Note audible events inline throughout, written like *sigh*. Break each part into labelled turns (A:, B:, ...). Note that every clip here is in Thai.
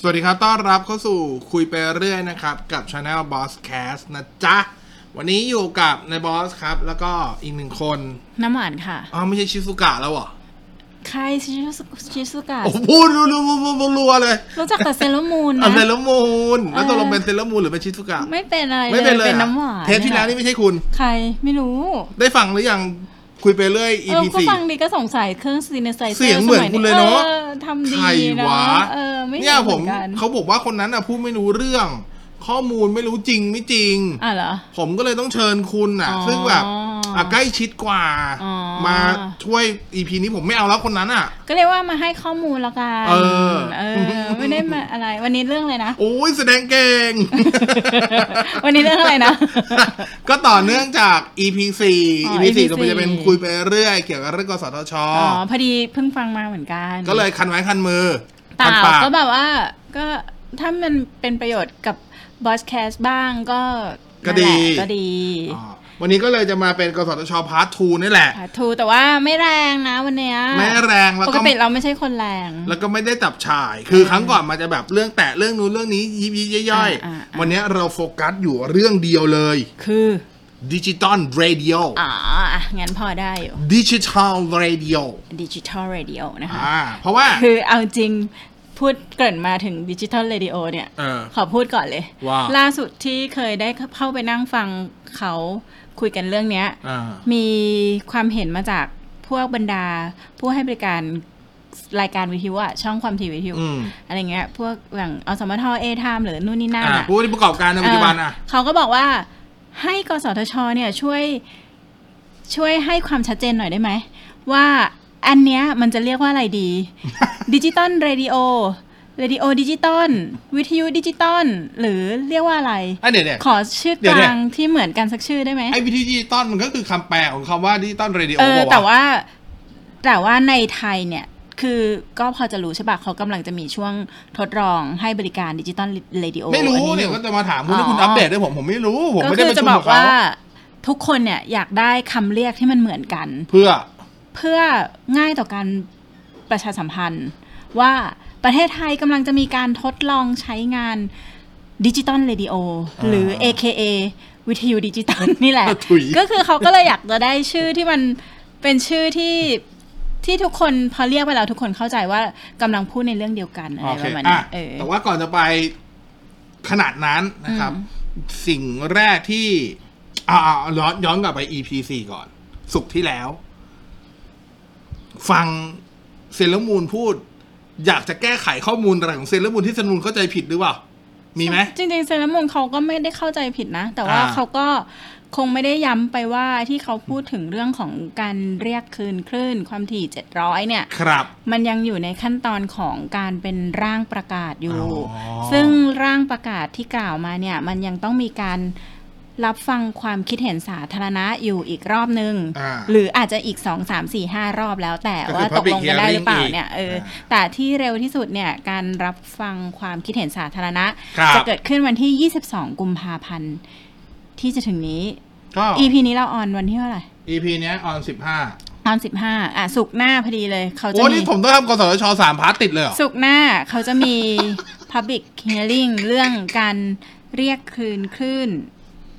A: สวัสดีครับ ต้อนรับเข้าสู่คุยไปเรื่อยนะครับ กับ Channel Boss Cast นะจ๊ะ วันนี้อยู่กับนายบอสครับ แล้วก็อีกหนึ่งคน
B: น้ำหวานค่ะ
A: อ๋อไม่ใช่ชิซุกะแล้วเหรอ
B: ใครชิซุชิซุกะ
A: โอ้พูดรัวๆๆๆๆเลย
B: รู้จักแต่เซเลอร์มูนนะ
A: เอาเซเลอร์มูนแล้วตกลง
B: เออ
A: เป็นเซเลอร์มูนหรือเป็นชิซุกะ
B: ไม่เป็นอะไรเลย
A: เป็นเลย
B: เป็น
A: อะ
B: น้ำหวาน
A: เทปที่แล้วนี่ไม่ใช่คุณ
B: ใครไม่รู้
A: ได้ฟังหรือยังคุยไปเรื่อย
B: เออ
A: EP
B: ก็
A: สี่
B: ฟังดีก็สงสัยเครื่องซีเนไซ
A: เสียงเหมือนคุณเลยเนอะ
B: ทำดี
A: ใคร
B: นะ
A: วะ
B: เออไม่รู้
A: เนี่ย
B: เห
A: ผ
B: มื
A: ม
B: อนกัน
A: เขาบอกว่าคนนั้นอ่ะพูดไม่รู้เรื่อง ข้อมูลไม่รู้จริงไม่จริง
B: อ่ะเหรอ
A: ผมก็เลยต้องเชิญคุณน่ะ
B: อ๋อ
A: ซึ่งแบบอ่ะใกล้ชิดกว่า
B: อ๋อ
A: มาช่วยอีพีนี้ผมไม่เอาแล้วคนนั้นอ่ะ
B: ก็เรียกว่ามาให้ข้อมูลและกัน
A: เออ
B: เออ ไม่ได้มาอะไร วันนี้เรื่องอะไรนะ
A: โอ้ยแสดงเก่ง *laughs*
B: วันนี้เรื่องอะไรนะ
A: ก็ต่อเนื่องจาก EP 4
B: อ๋อ
A: EP 4
B: EP4
A: เราจะเป็นคุยไปเรื่อยเกี่ยวกับเรื่องกสทช
B: อ๋อพอดีเพิ่งฟังมาเหมือนกัน
A: ก็เลยคันไม้คันมือ
B: เป
A: คัน
B: ล่า
A: ปาก
B: ก็แบบว่าก็ถ้ามันเป็นประโยชน์กับบอสแคสบ้างก็
A: ก็ดี
B: นั่นแหละก็ดี
A: อ๋อวันนี้ก็เลยจะมาเป็นกสทชพาร์ท2นี่แหละ
B: สาธุแต่ว่าไม่แรงนะวันเนี้ย
A: ไม่แรงแล้ว
B: ป
A: ก็
B: กติเราไม่ใช่คนแรง
A: แล้วก็ไม่ได้จับฉาย คือครั้งก่อนมันจะแบบเรื่องแตะเรื่องนู้นเรื่องนี้ยิบยิบย่อยๆ
B: อ่าๆๆ
A: วันนี้เราโฟกัสอยู่เรื่องเดียวเลย
B: คือ
A: ดิจิตอลเรดิโอ
B: อ๋ออ่ะงั้นพอได้อยู่
A: ดิจิทัลเรดิโอ
B: ดิจิทัลเรดิโอนะคะ
A: อ่า เพราะว่า
B: คือเอาจริงพูดเกริ่นมาถึงดิจิทัลเรดิโอเนี่ย
A: เออ
B: ขอพูดก่อนเลย
A: ว่า
B: ล่าสุดที่เคยได้เข้าไปนั่งฟังเขาคุยกันเรื่องเนี้ย
A: อ่า
B: มีความเห็นมาจากพวกบรรดา ผู้ให้บริการรายการวิทยุอะช่องความถี่วิทยุ
A: อืม
B: อะไรเงี้ยพวกอย่างอสมทเอทามหรือนู่นนี่นั่น
A: อ่า
B: อะ
A: ผู้ที่ประกอบการในปัจจุบันอ่ะ
B: เออเขาก็บอกว่าให้กสทชเนี่ยช่วยช่วยให้ความชัดเจนหน่อยได้ไหม ว่าอันเนี้ยมันจะเรียกว่าอะไร
A: *laughs*
B: ดี ดิจิตอลเรดิโอเรดิโอดิจิตอลวิทยุดิจิตอลหรือเรียกว่าอะไร
A: อ่ะเดี๋ยวเดี๋ยว
B: ขอชื่อ
A: เดี๋
B: ก
A: ยวเนี่ย
B: ลางที่เหมือนกันสักชื่อได้ไหม
A: ไอ้วิธีดิจิตอลมันก็คือคำแปลของคำว่าดิจิตอลเรดิโอ
B: เออแต่
A: ะะ
B: ว่าแต่ว่าในไทยเนี่ย คือก็พอจะรู้ใช่ปะเขากำลังจะมีช่วงทดลองให้บริการดิจิตอลเรดิโอ
A: ไม่รู้
B: อัอ
A: เนี่ยก็จะมาถามคุณ
B: อ๋อ
A: ที่คุณอัปเดตด้วยผมผมไม่รู้ ผม
B: ก็
A: ไม่ได้
B: คือ
A: ประ
B: จะ
A: ชุม
B: บอ
A: กับ
B: ก
A: เขา
B: ว่าทุกคนเนี่ยอยากได้คำเรียกที่มันเหมือนกัน
A: เพื่อ
B: เพื่อง่ายต่อการประชาสัมพันธ์ ว่าประเทศไทยกำลังจะมีการทดลองใช้งานดิจิตอลเรดิโอ
A: อ่า
B: หรือ AKA วิทยุดิจิตอล *laughs* นี่แหละ
A: *laughs* ถุย
B: ก็คือเขาก็เลยอยากจะได้ชื่อที่มันเป็นชื่อที่ที่ทุกคนพอเรียกไปแล้วทุกคนเข้าใจว่ากำลังพูดในเรื่องเดียวกันอะไร
A: โอเค
B: ประมาณ
A: อ่ะ
B: นี้เออ
A: แต่ว่าก่อนจะไปขนาดนั้นนะครับ
B: อืม
A: สิ่งแรกที่อ่าๆย้อนย้อนกลับไป EP สี่ก่อน สุกร์ที่แล้ว ฟังเซเลอร์มูนพูด อยากจะแก้ไขข้อมูลอะไรของเซเลอร์มูนที่เซเลอร์มูนเข้าใจผิดหรือเปล่า มีไหม
B: จริงๆเซเลมอนเขาก็ไม่ได้เข้าใจผิดนะ แต่ว่า
A: อ่า
B: เขาก็คงไม่ได้ย้ำไปว่าที่เขาพูดถึงเรื่องของการเรียกคืนคลื่นความถี่ 700 เนี่ย
A: ครับ
B: มันยังอยู่ในขั้นตอนของการเป็นร่างประกาศอยู่
A: อ๋อ
B: ซึ่งร่างประกาศที่กล่าวมาเนี่ย มันยังต้องมีการรับฟังความคิดเห็นสาธารณะอยู่อีกรอบนึง
A: อ่า
B: หรืออาจจะอีก 2 3 4 5 รอบแล้วแต่
A: ก็คือ
B: ว่าตกลงกันได้
A: public hearing
B: หรือเปล่าเนี่ย
A: อีก
B: เอออา แต่ที่เร็วที่สุดเนี่ย การรับฟังความคิดเห็นสาธารณะ
A: ครับ
B: จะเกิดขึ้นวันที่ 22 กุมภาพันธ์ ที่จะถึงนี้
A: ก็
B: EP นี้เราออนวันที่เท่าไหร่
A: EP เนี้ยออนสิบห้า
B: ออน 15 อ่ะสุกร์หน้าพอดีเลยเขาจะ
A: โอ้
B: มี
A: นี่ผมต้องทำกสทชสามพาร์ทติดเลยเหรอ
B: สุกร์หน้าเขาจะมี *laughs* Public Hearing เรื่องการเรียกคืนคลื่น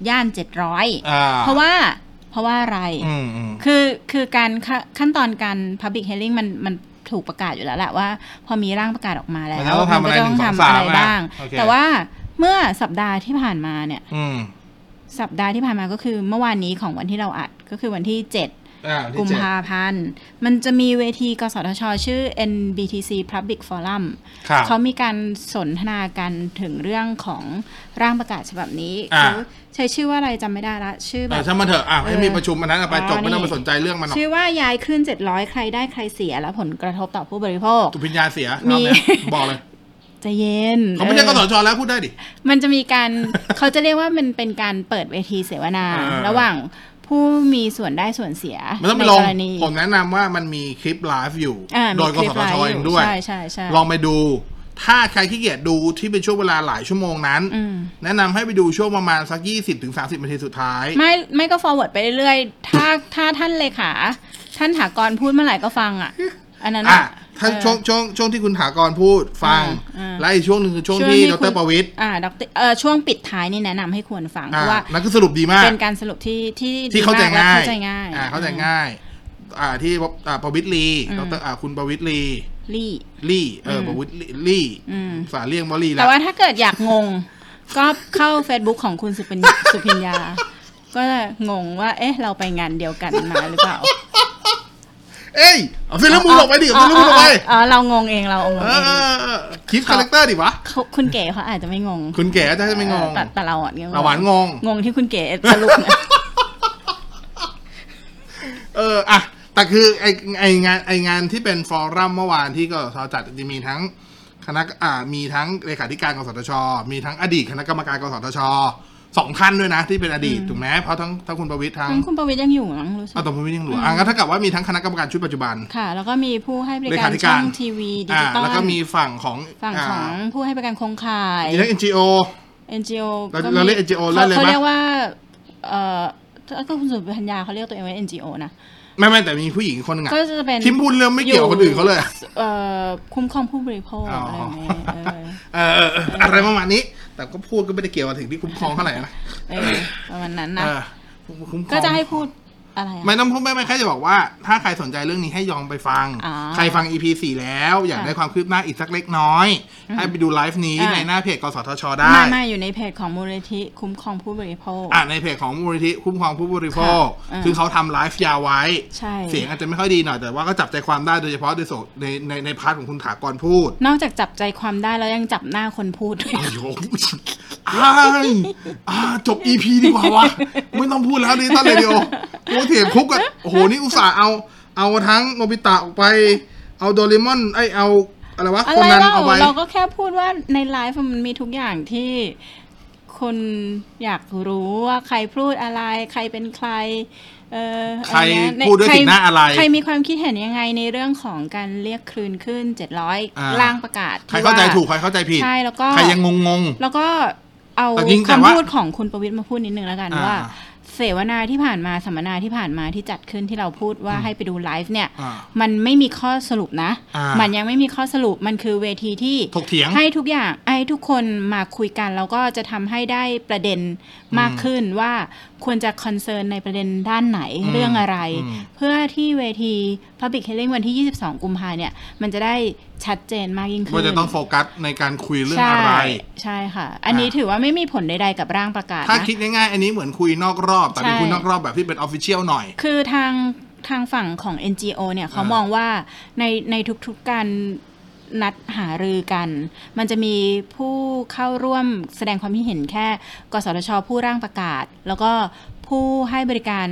B: ย่าน 700
A: อ่า
B: เพราะว่าเพราะว่าอะไร
A: อืมอืม
B: คือคือการขขั้นตอนการ Public Hearing มันมันถูกประกาศอยู่แล้วแหละว่า พอมีร่างประกาศออกมาแล้ว
A: มันจะต้องทำอะไรหนึ่งสอง
B: ก็ต้องทำอะไร
A: สามอะ
B: บ้าง
A: โอเค
B: แต่ว่าเมื่อสัปดาห์ที่ผ่านมาเนี่ย
A: อืม
B: สัปดาห์ที่ผ่านมาก็คือเมื่อวานนี้ของวันที่เราอัดก็คือวันที่ 7
A: อ่าวันที่
B: กุม
A: เจ็ด
B: ภาพันธ์ มันจะมีเวทีกสทช ชื่อ NBTC Public Forum
A: ครับ
B: เขามีการสนทนากันถึงเรื่องของร่างประกาศฉบับนี้
A: อ่า
B: เขาใช้ชื่อว่าอะไรจำไม่ได้ละ ชื่อแบ
A: เออบ ช่างมันเถอะอ่ะให้มี
B: เออ
A: ประชุมอันนั้นอะไป
B: อ๋อ
A: จบไม่ต้อง
B: นี่
A: ไปสนใจเรื่องมันหรอก
B: ชื่อว่าย้ายขึ้น 700 ใครได้ใครเสียและผลกระทบต่อผู้บริโภค
A: ตุพิญญาเสีย
B: มี
A: รอบเนี้ยบอก
B: *laughs*
A: เลย
B: ใจะเย็น
A: เขาไม่ใช่ก
B: เออ
A: สชแล้วพูดได้ดิ
B: มันจะมีการ *laughs* เขาจะเรียกว่ามันเป็นการเปิดเวทีเสวนา
A: อ่า
B: ระหว่างผู้มีส่วนได้ส่วนเสีย
A: มันต้องไป
B: ใน
A: ล
B: ก
A: ง
B: รณี
A: ผมแนะนำว่ามันมีคลิปไลฟ์อยู่
B: อ่ามี
A: โดยก
B: คลิ
A: ส
B: ป
A: ทช
B: ไลฟ์
A: เองด้วย
B: ใช่ใช่ใช่
A: ลองไปดู ถ้าใครขี้เกียจดูที่เป็นช่วงเวลาหลายชั่วโมงนั้น
B: อืม
A: แนะนำให้ไปดูช่วงประมาณสัก 20ถึง30นาทีสุดท้าย
B: ไม่ไม่ก็ forward ไปเรื่อยๆ ถ้าถ้าท่านเลขา ท่านถากรพูดเมื่อไหร่ก็ฟังอ่ะ อันนั้น
A: อ่ะ
B: อะ
A: ถ้า
B: เออ
A: ช่วงช่วงช่วงที่คุณถากรพูดฟัง
B: อ่าอ่า
A: และอีกช่วงหนึ่งคือช่วง
B: ช่วง
A: ที่
B: ที่
A: ด
B: คุ
A: ร
B: ณ
A: ประวิตย
B: อ่าดรเอ่อช่วงปิดท้ายนี่แนะนำให้ควรฟัง เพ
A: อ่า
B: ราะว่า
A: นั่นคือสรุปดีมาก
B: เป็นการสรุปที่ที่
A: ที่เข้าใจ
B: ดีมกและ
A: ง่าย
B: เข้าใจง่าย
A: อ่าเข้าใจง่าย อ่าที่อ่าประวิตรลี
B: อืม
A: ดรอ่าคุณประวิตรลี
B: ลี่
A: ลี่เอออ
B: ม
A: ประวิตรลี่
B: อืม
A: สารเรียกว่าลี่แล้
B: แต่
A: ว
B: ว่าถ้าเกิดอยากงง ก็เข้า Facebook ของคุณสุพินสุพิญญา ก็จะงงว่า เอ๊ะ เราไปงานเดียวกันมาหรือเปล่า
A: เอ้ยเอาฟิลมูนออกไปดิเอาฟิลมูนออกไป
B: เออเรางงเองเรางง
A: เออง
B: เอ
A: เออเออคิดคาแรคเตอร์ดิวะ
B: เขาคุณเก๋เขาอาจจะไม่งง
A: คุณเก๋อาจจะไม่งง
B: แต่แต่เราอ่ะเนี่ย
A: อ่ะหวานงง
B: งงที่คุณเก๋ส
A: *laughs*
B: รุปเนี่ย
A: เอออะแต่คือไอไองานไองานที่เป็นฟอรัมเมื่อวานที่กสทจัดจะมีทั้งคณะอ่ามีทั้งเลขาธิการกสทช มีทั้งอดีตคณะกรรมการกสทชสองท่านด้วยนะ ที่เป็นอดีตถูกไหมเพราะทั้งทั้งคุณประวิตรทั้ง
B: ทั้งคุณประวิทย์ยังอยู่มั้งรู้สึก
A: เอาตัวประวิตรยังเหลืออ่ะงั้นถ้ากับว่ามีทั้งคณะกรรมการชุดปัจจุบัน
B: ค่ะ แล้วก็มีผู้ให้บริ
A: เล
B: กา
A: ขาธิ
B: ร
A: กา
B: ช่
A: ร
B: องทีวีดิ
A: อ่า
B: จิตอล
A: แล้วก็มีฝั่งของ
B: ฝั่ง
A: อ่า
B: ของผู้ให้บริการโครงข่าย
A: มีทั้ง NGO
B: NGO
A: เรา
B: มี
A: เราเรียก NGO
B: ขา
A: ได้เลยปะ
B: เขาเรียกว่า เอ่อถ้าก็คุณสุพัญญาเขาเรียกตัวเองว่า NGO นะ
A: ไม่ไม่แต่มีผู้หญิงคนหนึ่งอะ
B: ก็จะเป็น
A: ทิมพูดเรื่องไม่เกี่ยวกับคนอื่นเขาเลยอะ
B: เอ่อคุ้มครองผู้บริโภค
A: อ๋อ
B: อะไร
A: อ
B: อย่างเงี้ยเออ
A: เออเออเอออะไรประมาณนี้ แต่ก็พูดก็ไม่ได้เกี่ยวกับถึงที่คุ้มครองเท่าไหร่นะ
B: เออประมาณนั้น
A: เอ
B: นะ
A: อคุ้มครอง
B: ก็จะให้พูดอะไร
A: ไม่
B: อะ
A: ต้องพูดไม่ไม่แค่จะบอกว่า ถ้าใครสนใจเรื่องนี้ให้ยองไปฟัง
B: อ๋อ
A: ใครฟัง EP 4แล้ว อยาก
B: ค่ะ
A: ได้ความคืบหน้าอีกสักเล็กน้อย ให้ไปดูไลฟ์นี้
B: อ่า
A: ในหน้าเพจกสทช ได้
B: ไม่ไม่อยู่ในเพจของมูลนิธิคุ้มครองผู้บริโภค
A: อ่ะในเพจของมูลนิธิคุ้มครองผู้บริโภค
B: ค่ะอ่า
A: ซึ่งเขาทำไลฟ์ยาวไว้
B: ใช่
A: เสียงอาจจะไม่ค่อยดีหน่อย แต่ว่าก็จับใจความได้โดยเฉพาะโดยส่วนในในในพาร์ทของคุณถากรพูด
B: นอกจากจับใจความได้แล้วยังจับหน้าคนพูดด้วย
A: โอ้โหอ้ายอ่าจบ EP ดีกว่าวะไม่ต้องพูดแล้วดิจิตอนเรดิโอโอ้เถียงคุกอะโอ้โห นี่อุตส่าห์เอา เอาทั้งโนบิตะออกไป เอาโดเรมอนไอยเอา อะไรวะ
B: อะ
A: ค
B: ไร
A: นนั้น
B: เล่า
A: เอาไป
B: เราก็แค่พูดว่าในไลฟ์มันมีทุกอย่างที่คนอยากรู้ว่าใครพูดอะไร ใครเป็นใคร เออ
A: ใคร
B: อะไนะใน
A: พูดด้วยสีหน้าอะไร
B: ใครมีความคิดเห็นยังไงในเรื่องของการเรียกคลืนขึ้น
A: อ่า
B: 700 ล่างประกาศ
A: ใครเข้าใจ
B: ที่ว่
A: ถูก ใครเข้าใจผิด
B: ใช่แล้วก็
A: ใครยังงงง
B: แล้วก็เอา
A: แต่จริงแต่
B: คำ
A: ว่า
B: พูดของคุณประวิทย์มาพูดนิดนึงแล้วกัน
A: อ่า
B: ว่า เสวนาที่ผ่านมาสัมมนาที่ผ่านมาที่จัดขึ้นที่เราพูดว่าให้ไปดูไลฟ์เนี่ย
A: อ่า
B: มันไม่มีข้อสรุปนะ
A: อ่ามั
B: มันยังไม่มีข้อสรุป มันคือเวทีที่
A: ถกเถียง
B: ให้ทุกอย่างให้ทุกคนมาคุยกันแล้วก็จะทำให้ได้ประเด็นมากขึ้นว่าควรจะคอนเซิร์นในประเด็นด้านไหน
A: อืม
B: เรื่องอะไร
A: อืม
B: เพื่อที่เวที Public Hearing วันที่ 22 กุมภาเนี่ย มันจะได้ชัดเจนมากยิ่งขึ้น
A: ว่าจะต้องโฟกัสในการคุยเรื่อง
B: ใช่
A: อะไร
B: ใช่ค่ะ อันนี้
A: อ่า
B: ถือว่าไม่มีผลใดๆกับร่างประกาศ
A: ถ้า
B: นะ
A: คิดง่ายๆ อันนี้เหมือนคุยนอกรอบ แต่เป็น
B: ใช่
A: คุยนอกรอบแบบที่เป็นออฟฟิเชียลหน่อย
B: คือทางทางฝั่งของ NGO เนี่ยเขา
A: อ่าม
B: มองว่าในในทุกๆการนัดหารือกัน มันจะมีผู้เข้าร่วมแสดงความคิดเห็นแค่ กสทช ผู้ร่างประกาศ แล้วก็ผู้ให้บริการ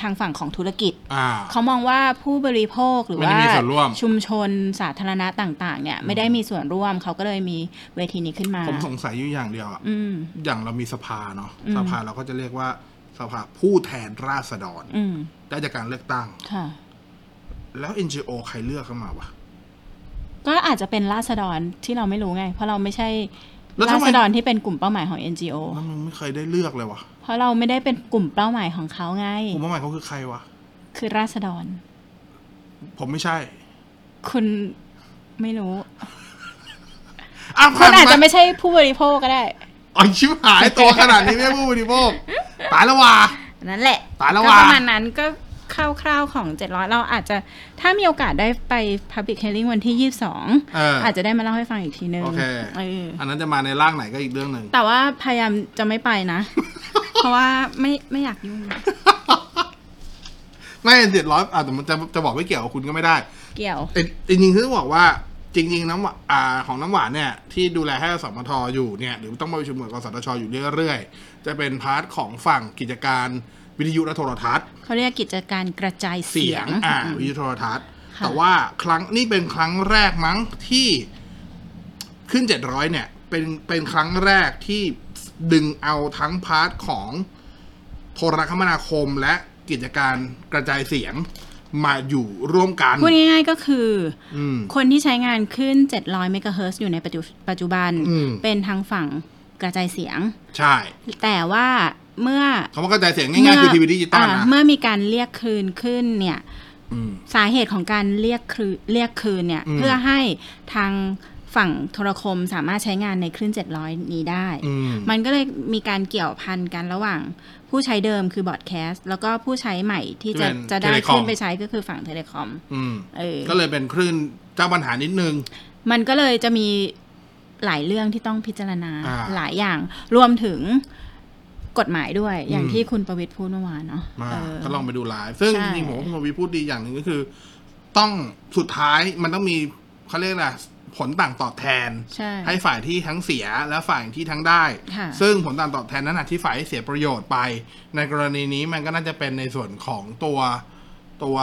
B: ทางฝั่งของธุรกิจ
A: ่า
B: เขามองว่าผู้บริโภคหรือ
A: ไม่ได้
B: ว่า
A: มีส่วนร่วม
B: ชุมชนสาธารณะต่าง ๆ เนี่ยไม่ได้มีส่วนร่วมเขาก็เลยมีเวทีนี้ขึ้นมา
A: ผมสงสัยอยู่อย่างเดียวอะ
B: อืม
A: อย่างเรามีสภาเนาะ
B: อืม
A: สภาเราก็จะเรียกว่าสภาผู้แทนราษฎร
B: อืม
A: ได้จากการเลือกตั้ง
B: ค่ะ
A: แล้ว NGO ใครเลือกเข้ามาวะ
B: ก็อาจจะเป็นราษฎรที่เราไม่รู้ไง เพราะเราไม่ใช่
A: แล้วทำ
B: รา
A: ไม
B: ษฎรที่เป็นกลุ่มเป้าหมายของ NGO
A: แล้วมึงไม่เคยได้เลือกเลยวะ
B: เพราะเราไม่ได้เป็นกลุ่มเป้าหมายของเขาไง
A: ผมว่าหมายเขาคือใครวะ
B: คือราษฎร
A: ผมไม่ใช่
B: คุณไม่รู้
A: อ้าว
B: คุ
A: ผ่าน
B: ณอาจจะ
A: มา
B: ไม่ใช่ผู้บริโภคก็ได้
A: อ๋อชิบหายตัวขนาดนี้ไม่ *laughs* พูดดิพวกตายแล้วว่ะ
B: นั่นแหละ
A: ตายแล้ว
B: ก็
A: ว่ะ
B: ประมาณนั้นก็คร่าวๆของ 700 เราอาจจะถ้ามีโอกาสได้ไป Public Hearing วันที่ 22
A: เอออ
B: อาจจะได้มาเล่าให้ฟังอีกทีนึง
A: โอเค
B: เออ
A: อันนั้นจะมาในร่างไหนก็อีกเรื่องหนึ่ง
B: แต่ว่าพยายามจะไม่ไปนะ *laughs* เพราะว่าไม่ไม่อยากยุ่ง
A: ไม่เจ็ดร้อยอ่ะแต่มันจะจะบอกไม่เกี่ยวกับคุณก็ไม่ได้
B: เกี่ยว
A: เอ่อจริงๆคือต้องบอกว่าจริง ๆ น้ำหวานอ่าของน้ำหวานเนี่ยที่ดูแลให้สมทอยู่เนี่ยหรือต้องมาประชุมกับกสทชอยู่เรื่อยๆ จะเป็นพาร์ทของฝั่งกิจการวิทยุและโทรทัศน์
B: เขาเรียกกิจการกระจาย
A: เสี
B: เสี
A: ย
B: ย
A: ง
B: ง
A: อ่าวิทยุโทรทัศน์
B: ค่ะ
A: แต่ว่าครั้งนี่เป็นครั้งแรกมั้งที่ขึ้น 700 เนี่ย เป็นเป็นครั้งแรกที่ดึงเอาทั้งพาร์ทของโทรคมนาคมและกิจการกระจายเสียงมาอยู่ร่วมกัน
B: พูดง่ายๆก็คือ
A: อืม
B: คนที่ใช้งานขึ้น 700 เมกะเฮิรตซ์อยู่ในปัจจุปัจจุบัน
A: อืม
B: เป็นทางฝั่งกระจายเสียง
A: ใช่
B: แต่ว่าเมื่อ
A: คำว่ากระจายเสียงง่ายๆคือทีวีดิจิตอล
B: า
A: นะ
B: เมื่อมีการเรียกคืนขึ้นเนี่ย
A: อืม
B: สาเหตุของการเรียกคืนเรียกคืนเนี่ย
A: อืม
B: เพื่อให้ทางฝั่งโทรคมสามารถใช้งานในคลื่น 700 นี้ได้
A: อืม
B: มันก็เลยมีการเกี่ยวพันกันระหว่างผู้ใช้เดิมคือบอร์ดแคสต์แล้วก็ผู้ใช้ใหม่ที่จะ
A: เป็น
B: จะได้
A: Telecom
B: ขึ้นไปใช้ก็คือฝั่งเทเลคอม
A: อืม
B: เออ
A: ก็เลยเป็นคลื่นเจ้าปัญหานิดนึง
B: มันก็เลยจะมีหลายเรื่องที่ต้องพิจารณา
A: อ่า
B: หลายอย่างรวมถึงกฎหมายด้วย อย่าง
A: อืม
B: ที่คุณประวิทย์พูดเมื่อวานเนาะ
A: มา
B: เออ
A: ก็ลองไปดูไลฟ์ซึ่ง
B: ใช่
A: จริงๆผมว่าคุณวีพูดดีอย่างหนึ่งก็คือ ต้องสุดท้ายมันต้องมีเขาเรียกอะไรผลต่างตอบแทน
B: ใช่
A: ให้ฝ่ายที่ทั้งเสียและฝ่ายที่ทั้งได้
B: ค่ะ
A: ซึ่งผลต่างตอบแทนนั้นนะที่ฝ่ายเสียประโยชน์ไป ในกรณีนี้มันก็น่าจะเป็นในส่วนของตัวตัว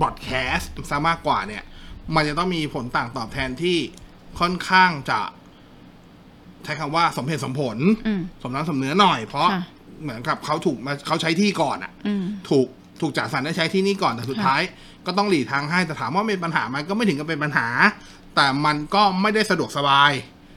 A: บอดแคสต์ซะมากกว่าเนี่ย มันจะต้องมีผลต่างตอบแทนที่ค่อนข้างจะใช้คำว่าสมเหตุสมผล
B: อืม
A: สมน้ำสมเนื้อหน่อย เพราะ
B: ค่ะ
A: เหมือนกับเขาถูกมาเขาใช้ที่ก่อนอะ
B: อืม
A: ถูกถูกจัดสรรได้ใช้ที่นี่ก่อนแต่สุด
B: ค่ะ
A: ท้าย ก็ต้องหลีกทางให้แต่ถามว่าเป็นปัญหาไหมันก็ไม่ถึงกับเป็นปัญหา แต่มันก็ไม่ได้สะดวกสบาย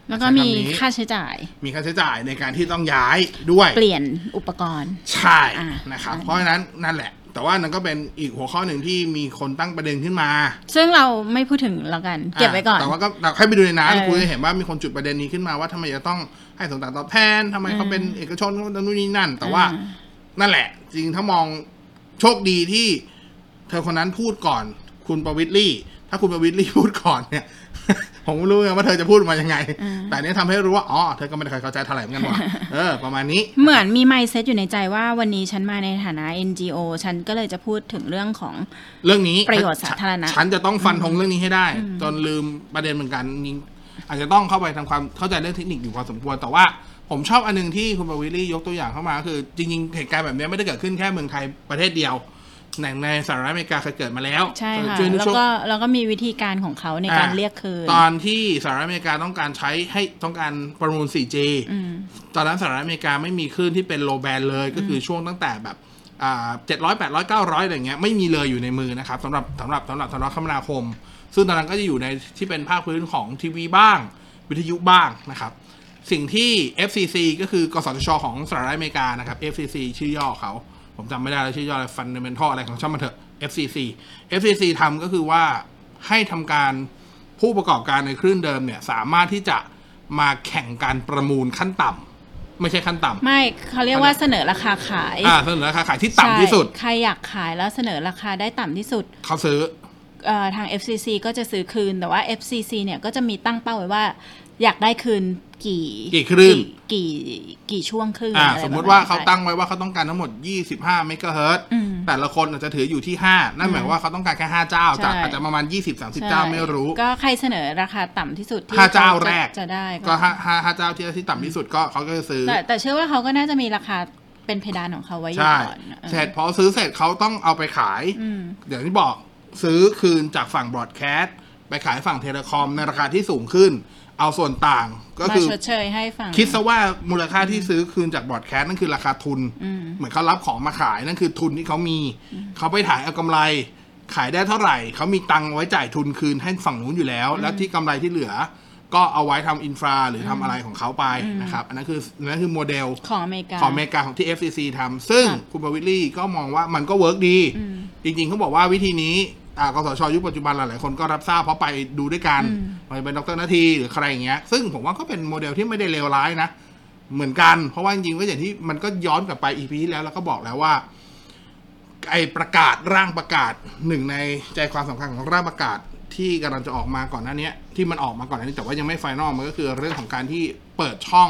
B: แล้วก็
A: ใช้คำนี้
B: มีค่าใช้จ่าย
A: มีค่าใช้จ่ายในการที่ต้องย้ายด้วย
B: เปลี่ยนอุปกรณ์
A: ใช่
B: อ่า
A: นะครับ
B: อ่า
A: เพราะฉะนั้นนั่นแหละ แต่ว่านั่นก็เป็นอีกหัวข้อหนึ่งที่มีคนตั้งประเด็นขึ้นมา
B: ซึ่งเราไม่พูดถึงแล้วกัน เก็บไว้ก่อน
A: าแต่ว่าก็เราให้ไปดูในนั้น
B: เออ
A: คุณจะเห็นว่ามีคนจุดประเด็นนี้ขึ้นมาว่าทำไมจะต้องให้สมต่างตอบแทนทำไมเขาเป็นเอกชนเขานู่นนี่นั่น แต่ว่า
B: อ่า
A: นั่นแหละ จริงถ้ามองโชคดีที่ เธอคนนั้นพูดก่อน คุณประวิตรี่ ถ้าคุณประวิตรี่พูดก่อนเนี่ย *laughs* ผมไม่รู้ไงว่าเธอจะพูดมายังไง
B: อ่า
A: แต่อันนี้ทำให้รู้ว่าอ๋อเธอก็ไม่ได้เคยเข้าใจเท่าไหร่เหมือนกัน
B: *laughs*
A: ว่ะเออ ประมาณนี้
B: เหมือนมีไมเซ็ตอยู่ในใจว่าวันนี้ฉันมาในฐานะ NGO ฉันก็เลยจะพูดถึงเรื่องของ
A: เรื่องนี้
B: ประโยชน์สาธารณะ
A: ฉัฉันจะต้องฟันธงเรื่องนี้ให้ได้ จนลืมประเด็นเหมือนกันนี่อาจจะต้องเข้าไปทำความเข้าใจเรื่องเทคนิคอยู่พอสมควรแต่ว่าผมชอบอันหนึงที่คุณประวิลลี่ยกตัวอย่างเข้ามาคือ จริงๆเหตุการณ์แบบนี้ไม่ได้เกิดขึ้นแค่เมืองไทยประเทศเดียวในในสหรัฐอเมริกาเคยเกิดมาแล้ว
B: ใช่ค่ะ
A: วย
B: แล้ว
A: ช่วง
B: ก็แล้วก็มีวิธีการของเขาในการ
A: อ่ะ
B: เรียกคืน
A: ตอนที่สหรัฐอเมริกาต้องการใช้ให้ต้องการประมูล 4G
B: อืม
A: ตอนนั้นสหรัฐอเมริกาไม่มีคลื่นที่เป็นโลแบนเลยก็คือช่วงตั้งแต่แบบเจ็ดร้อยแปดร้อยเก้าร้อยอะไรเงี้ยไม่มีเลยอยู่ในมือนะครับสำหรับสำหรับสำหรับสำหรับคมนาคม ซึ่งตอนนั้นก็จะอยู่ในที่เป็นภาคพื้นของทีวีบ้าง วิทยุบ้างนะครับ สิ่งที่ FCC ก็คือกสทช ของสหรัฐอเมริกานะครับ FCC ชื่อย่อเขา ผมจำไม่ได้แล้วชื่อย่ออะไร fundamental อะไรของช่างมันเถอะ FCC FCC ทำก็คือว่าให้ทำการผู้ประกอบการในคลื่นเดิมเนี่ยสามารถที่จะมาแข่งการประมูลขั้นต่ำไม่ใช่ขั้นต่ำ
B: ไม่เขาเรียกว่าเสนอราคาขาย
A: อ่าเสนอราคาขายที่ต่ำที่สุด
B: ใช่ใครอยากขายแล้วเสนอราคาได้ต่ำที่สุด
A: เขาซื้อ
B: เอ่อทาง FCC ก็จะซื้อคืน แต่ว่า FCC เนี่ยก็จะมีตั้งเป้าไว้ว่า อยากได้คืนกี่
A: กี่คลื่น
B: กี่กี่ช่วงคลื่น
A: อ่า
B: อะไร
A: สมมติ
B: ประ
A: ว่า
B: ณนั้น
A: เขา
B: ไป
A: ตั้งไว้ว่าเขาต้องการทั้งหมด 25 เมกะเฮิรตซ์
B: อืม
A: แต่ละคนอาจจะถืออยู่ที่ 5 นั่นหมายว่าเขาต้องการแค่ 5 เจ้า
B: ใช่
A: จากอาจจะประมาณ 20-30 เจ้า
B: ใช่
A: ไม่รู้
B: ก็ใครเสนอราคาต่ำที่สุดที่
A: ห้าเจ้าแรก
B: จะได้
A: ก็ห้าห้าห้าเจ้าที่ที่ต่ำที่สุดก็เขาก็จะซื้อ
B: แต่แต่เชื่อว่าเขาก็น่าจะมีราคาเป็นเพดานของเขาไว้อยู่
A: ใช่
B: ก่อนเออ
A: เสร็จพอซื้อเสร็จเขาต้องเอาไปขาย
B: อืม
A: เดี๋ยวที่บอกซื้อคืนจากฝั่งบรอดแคสต์ไปขายฝั่งเทเลคอมในราคาที่สูงขึ้น เอาส่วนต่างก็
B: มา
A: คือ
B: ชดเชยให้ฝั่ง
A: คิดซะว่ามูลค่าที่ซื้อคืนจากบรอดแคสต์นั่นคือราคาทุน
B: อืม
A: เหมือนเขารับของมาขายนั่นคือทุนที่เขามี เขาไปถ่ายเอากำไร ขายได้เท่าไหร่ เขามีตังค์ไว้จ่ายทุนคืนให้ฝั่งนู้นอยู่แล้ว แล้วที่กำไรที่เหลือ ก็เอาไว้ทำอินฟราหรือทำอะไรของเขาไปนะครับ อันนั้นคืออันนั้นคือโมเดล
B: ของอเมริกา
A: ของอเมริกาของที่ FCC ทำซึ่ง
B: ค่ะ
A: คุณประวิตลี่ก็มองว่ามันก็เวิร์กดี
B: อืม
A: จริงๆเขาบอกว่าวิธีนี้อ่ากสชยุคปัจจุบันหลายๆคนก็รับทราบเพราะไปดูด้วยกัน
B: อืม
A: ไปเป็นดรนาทีหรือใครอย่างเงี้ย ซึ่งผมว่าก็เป็นโมเดลที่ไม่ได้เลวร้ายนะ เหมือนกัน เพราะว่าจริงๆก็อย่างที่มันก็ย้อนกลับไป EP ที่แล้วเราก็บอกแล้วว่า ไอประกาศร่างประกาศหนึ่งในใจความสำคัญของร่างประกาศที่กำลังจะออกมาก่อนหน้าเนี้ยที่มันออกมาก่อนหน้านี้แต่ว่ายังไม่ไฟนอลมันก็คือเรื่องของการที่เปิดช่อง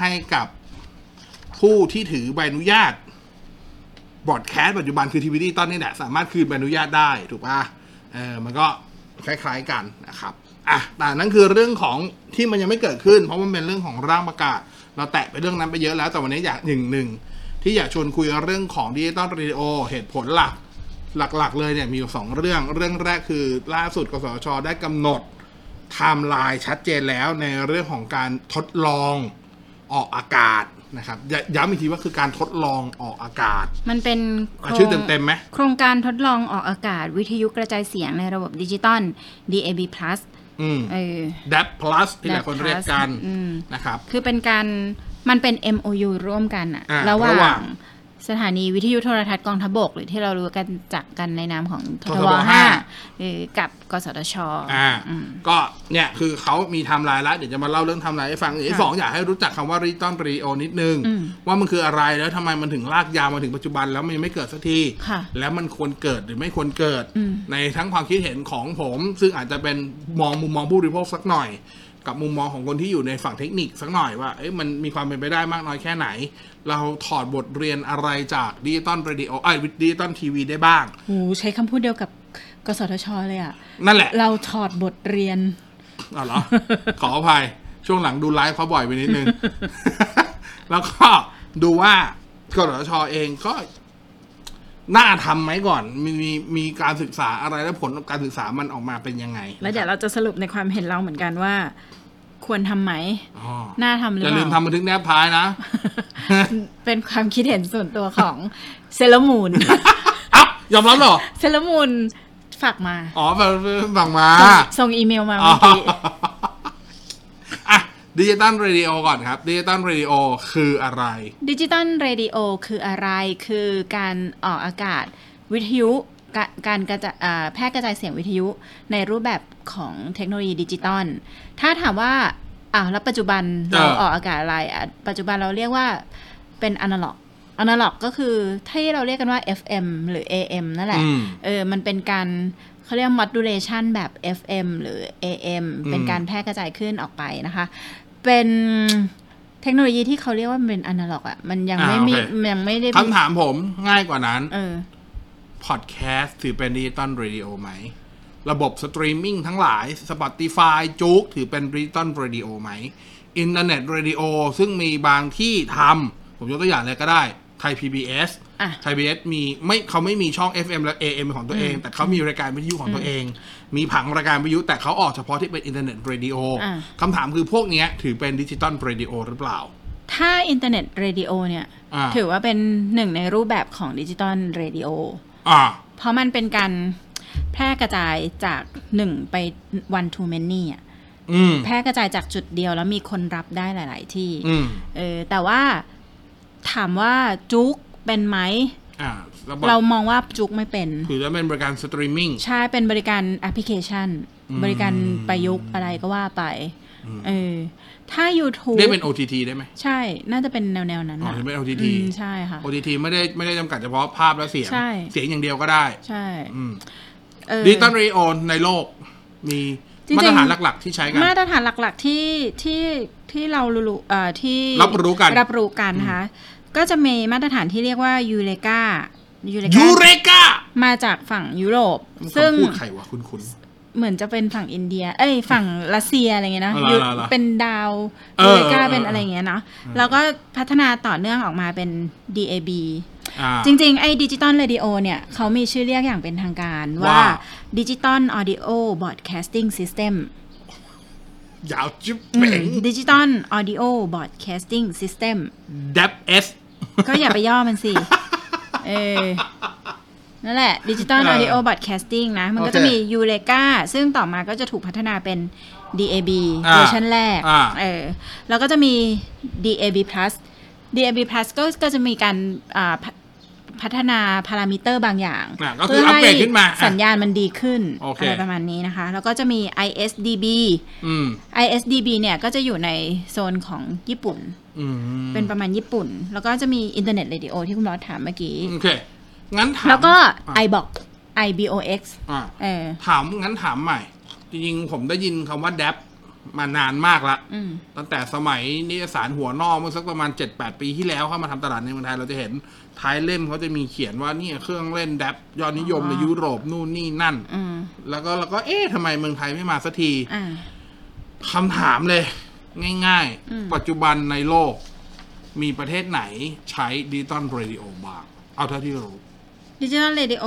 A: ให้กับ ผู้ที่ถือใบอนุญาตบอร์ดแคสต์ปัจจุบันคือทีวีดิจิตอนนี่แหละสามารถคืนใบอนุญาตได้ถูกปะ่ะเออมันก็คล้ายๆกันนะครับอ่ะแต่นั่นคือเรื่องของที่มันยังไม่เกิดขึ้น เพราะมันเป็นเรื่องของร่างประกาศ เราแตะไปเรื่องนั้นไปเยอะแล้วแต่วันนี้อยากหนึ่งหนึ่งที่อยากชวนคุยเรื่องของดิจิตอลรีดิโอเหตุผลหลัก หลักๆ เลยเนี่ยมีอยู่สองเรื่องเรื่องแรกคือล่าสุดกสชได้กำหนดไทม์ไลน์ชัดเจนแล้วในเรื่องของการทดลอง ออกอากาศนะครับยย้ำอีกทีว่าคือการทดลองออกอากาศ
B: มันเป็น
A: อ่ะชื่อเต็มๆไหม
B: โครงการทดลองออกอากาศวิทยุกระจายเสียงในระบบดิจิตอล DAB+
A: อืม
B: เออ
A: DAP plus ที่หลาย
B: DAB+
A: คนเรียกกัน
B: อืม
A: นะครับ
B: คือเป็นการมันเป็น MOU ร่วมกันอะ
A: อ่า
B: ระหว่าง
A: ระหว่าง
B: สถานีวิทยุโทรทัศน์กองทัพบก หรือที่เรารู้กันจากกันในนามของท
A: ท
B: ท
A: ท
B: บบ ห้า
A: ห้า
B: หรือกับกสทช
A: อ่า
B: อืม
A: ก็เนี่ยคือเขามีไทม์ไลน์แล้วเดี๋ยวจะมาเล่าเรื่องไทม์ไลน์ให้ฟังไอ้สองอยากให้รู้จักคำว่าริจิตอลรีโอนิดนึง
B: อืม
A: ว่ามันคืออะไรแล้วทำไมมันถึงลากยาวมาถึงปัจจุบันแล้วมันยังไม่เกิดสักที
B: ค่ะ
A: แล้วมันควรเกิดหรือไม่ควรเกิด
B: อืม
A: ในทั้งความคิดเห็นของผม ซึ่งอาจจะเป็นมองมุมมองผู้บริโภคสักหน่อย กับมุมมองของคนที่อยู่ในฝั่งเทคนิคสักหน่อยว่าเอ๊ะมันมีความเป็นไปได้มากน้อยแค่ไหน เราถอดบทเรียนอะไรจากดิจิตอลเรดิโอไอ้ดิจิตอลทีวีได้บ้าง
B: โอ้ใช้คำพูดเดียวกับกสทช เลยอะ
A: นั่นแหละ
B: เราถอดบทเรียน
A: อ๋อเหรอ ขออภัย ช่วงหลังดูไลฟ์เขาบ่อยไปนิดนึง *laughs* แล้วก็ดูว่ากสทชเองก็ น่าทำไหมก่อน มีมีมีการศึกษาอะไรและผลการศึกษามันออกมาเป็นยังไง
B: แล้วเดี๋ยวเราจะสรุปในความเห็นเราเหมือนกันว่า ควรทำไหม
A: อ๋อ
B: น่าทำหรืออย่
A: อา
B: เป
A: ลืม
B: ล่า
A: ทำบันทึกแนบท้ายนะ *laughs*
B: *laughs* เป็นความคิดเห็นส่วนตัวของเซเลอร์ *laughs* มูน
A: เอ้ายอมรับเหรอ
B: เซเลอร์มูนฝากมา
A: อ๋อฝั่งฝั่งมา *laughs*
B: ส่งส่งอีเมลมาเมื่อกี้
A: อ่ะดิจิตอลเรดิโอก่อนครับดิจิตอลเรดิโอคืออะไร
B: ดิจิตอลเรดิโอคืออะไร คือการออกอากาศวิทยุ กะการกระจายอ่าแพร่กระจายเสียงวิทยุในรูปแบบของเทคโนโลยีดิจิตอล ถ้าถามว่าอ้าวแล้วปัจจุบันเรา
A: เออ
B: ออกอากาศอะไรอ่ะปัจจุบันเราเรียกว่าเป็นอนาล็อก อนาล็อกก็คือที่เราเรียกกันว่า FM หรือ AM นั่นแหละ
A: อืม
B: เออ มันเป็นการเขาเรียก modulation แบบ FM หรือ AM
A: อืม
B: เป็นการแพร่กระจายขึ้นออกไปนะคะ เป็นเทคโนโลยีที่เขาเรียกว่ามันเป็นอนาล็อกอะมันยังไม่มียังไม่ได้
A: คำถามผมง่ายกว่านั้น
B: เออ
A: พอดแคสต์ถือเป็นดิจิตอลเรดิโอไหม ระบบสตรีมมิ่งทั้งหลาย Spotify จุกถือเป็นดิจิตอลเรดิโอไหม อินเทอร์เน็ตเรดิโอซึ่งมีบางที่ทำผมยกตัวอย่างเลยก็ได้ ไทย PBS
B: อ่ะ
A: ไทย PBS มีไม่เขาไม่มีช่อง FM และ AM เป็นของตัวเอง แต่เขามีรายการวิทยุของตัวเอง มีผังรายการวิทยุแต่เขาออกเฉพาะที่เป็นอินเทอร์เน็ตเรดิโอ
B: อ่ะ
A: คำถามคือพวกเนี้ยถือเป็นดิจิตอลเรดิโอหรือเปล่า
B: ถ้าอินเทอร์เน็ตเรดิโอเนี่ย
A: อ่า
B: ถือว่าเป็นหนึ่งในรูปแบบของดิจิตอลเรดิโอ
A: อ่า
B: เพราะมันเป็นการแพร่กระจายจากหนึ่งไป one to many อะ
A: อืม
B: แพร่กระจายจากจุดเดียวแล้วมีคนรับได้หลาย ๆ ที่
A: อืม
B: เออ แต่ว่าถามว่าจุกเป็นไหม
A: อ่าระบบ
B: เรามองว่าจุกไม่เป็น
A: ถือว่าเป็นบริการสตรีมมิ่ง
B: ใช่เป็นบริการแอปพลิเคชัน
A: อืม
B: บริการประยุกต์อะไรก็ว่าไป เออ ถ้า YouTube
A: เรียกเป็น OTT ได้ไหม
B: ใช่น่าจะเป็นแนว ๆ นั้น
A: อ๋อ
B: นะ
A: ถึงเป็น OTT
B: อืมใช่ค่ะ
A: OTT ไม่ได้ไม่ได้จำกัดเฉพาะภาพและเสียง
B: ใช่
A: เสียงอย่างเดียวก็ได้
B: ใช่เออ
A: ดิจิตอลเรดิโอในโลก มี
B: จริงๆ
A: มาตรฐานหลัก ๆ ที่ใช้กัน
B: มาตรฐานหลักๆที่ที่ที่เรารู้ๆเอ่อที่
A: รับรู้กัน
B: รับรู้กันนะคะก็จะมีมาตรฐานที่เรียกว่ายูเลกายูเล
A: ยูเร
B: กาก
A: า
B: มาจากฝั่งยุโรป
A: ซึ่
B: ซึ่
A: ง
B: ง
A: พูดใครวะคุณคุณ
B: เหมือนจะเป็นฝั่งอินเดีย เอ้ย ฝั่งรัสเซียอะไรเงี้ยนะ
A: อ๋อเหรอ
B: ยุ
A: เหรอเหรอ
B: เป็นดาว
A: เออ
B: เล
A: เออเอ
B: กา
A: อ
B: เป็นอะไรเงี้ยเนาะ แล้วก็พัฒนาต่อเนื่องออกมาเป็น DAB
A: อ่า
B: จริงๆ ไอ้ดิจิตอลเรดิโอเนี่ย เขามีชื่อเรียกอย่างเป็นทางการ
A: ว่า
B: ว่าดิจิตอลออดิโอบอดแคสติ้งซิสเต็ม
A: ยาวจิ๊บเป่ง
B: ดิจิตอลออดิโอบอดแคสติ้งซิสเต็ม
A: ดับเอส
B: ก็อย่าไปย่อมันสิ เออ นั่นแหละดิจิตอล
A: *laughs* เอ
B: อ
A: อ
B: อดิโอบอดแคสติ้งนะ มันก็จะ
A: โอเค
B: มียูเลกาซึ่งต่อมาก็จะถูกพัฒนาเป็น DAB
A: อ่า
B: เวอร์ชันแรก
A: อ่า
B: เออแล้วก็จะมี DAB plus DAB plus ก็ก็จะมีการอ่าพัฒพัฒนาพารามิเตอร์บางอย่าง
A: อ่ะก็คืออัปเกรดขึ้นมาอ่ะ
B: สัญญาณมันดีขึ้น
A: โอเค
B: อะไรประมาณนี้นะคะ แล้วก็จะมี ISDB
A: อืม
B: ISDB เนี่ยก็จะอยู่ในโซนของญี่ปุ่น
A: อืม
B: เป็นประมาณญี่ปุ่น แล้วก็จะมีอินเทอร์เน็ตเรดิโอที่คุณรอสถามเมื่อกี้
A: โอเค งั้นถาม
B: แล้วก็
A: อ่ะ
B: iBox iBox
A: อ่ะ
B: เออ
A: ถามงั้นถามใหม่ จริงๆ ผมได้ยินคำว่าดับมานานมากละ
B: อืม
A: ตั้งแต่สมัยนิตยสารหัวนอกเมื่อสักประมาณ 7-8 ปีที่แล้วเข้ามาทำตลาดในเมืองไทยเราจะเห็นท้ายเล่มเขาจะมีเขียนว่าเนี่ยเครื่องเล่นแดบยอดนิยมในยุโรปนู่นนี่นั่น
B: อืม
A: แล้วก็เราก็เอ๊ะทำไมเมืองไทยไม่มาสักที
B: อ่า
A: คำถามเลย ง่าย
B: อืม
A: ๆ ปัจจุบันในโลก มีประเทศไหนใช้ดิจิตอลเรดิโอบ้างเอาเท่าที่รู้
B: ดิจิทัลเรดิโอ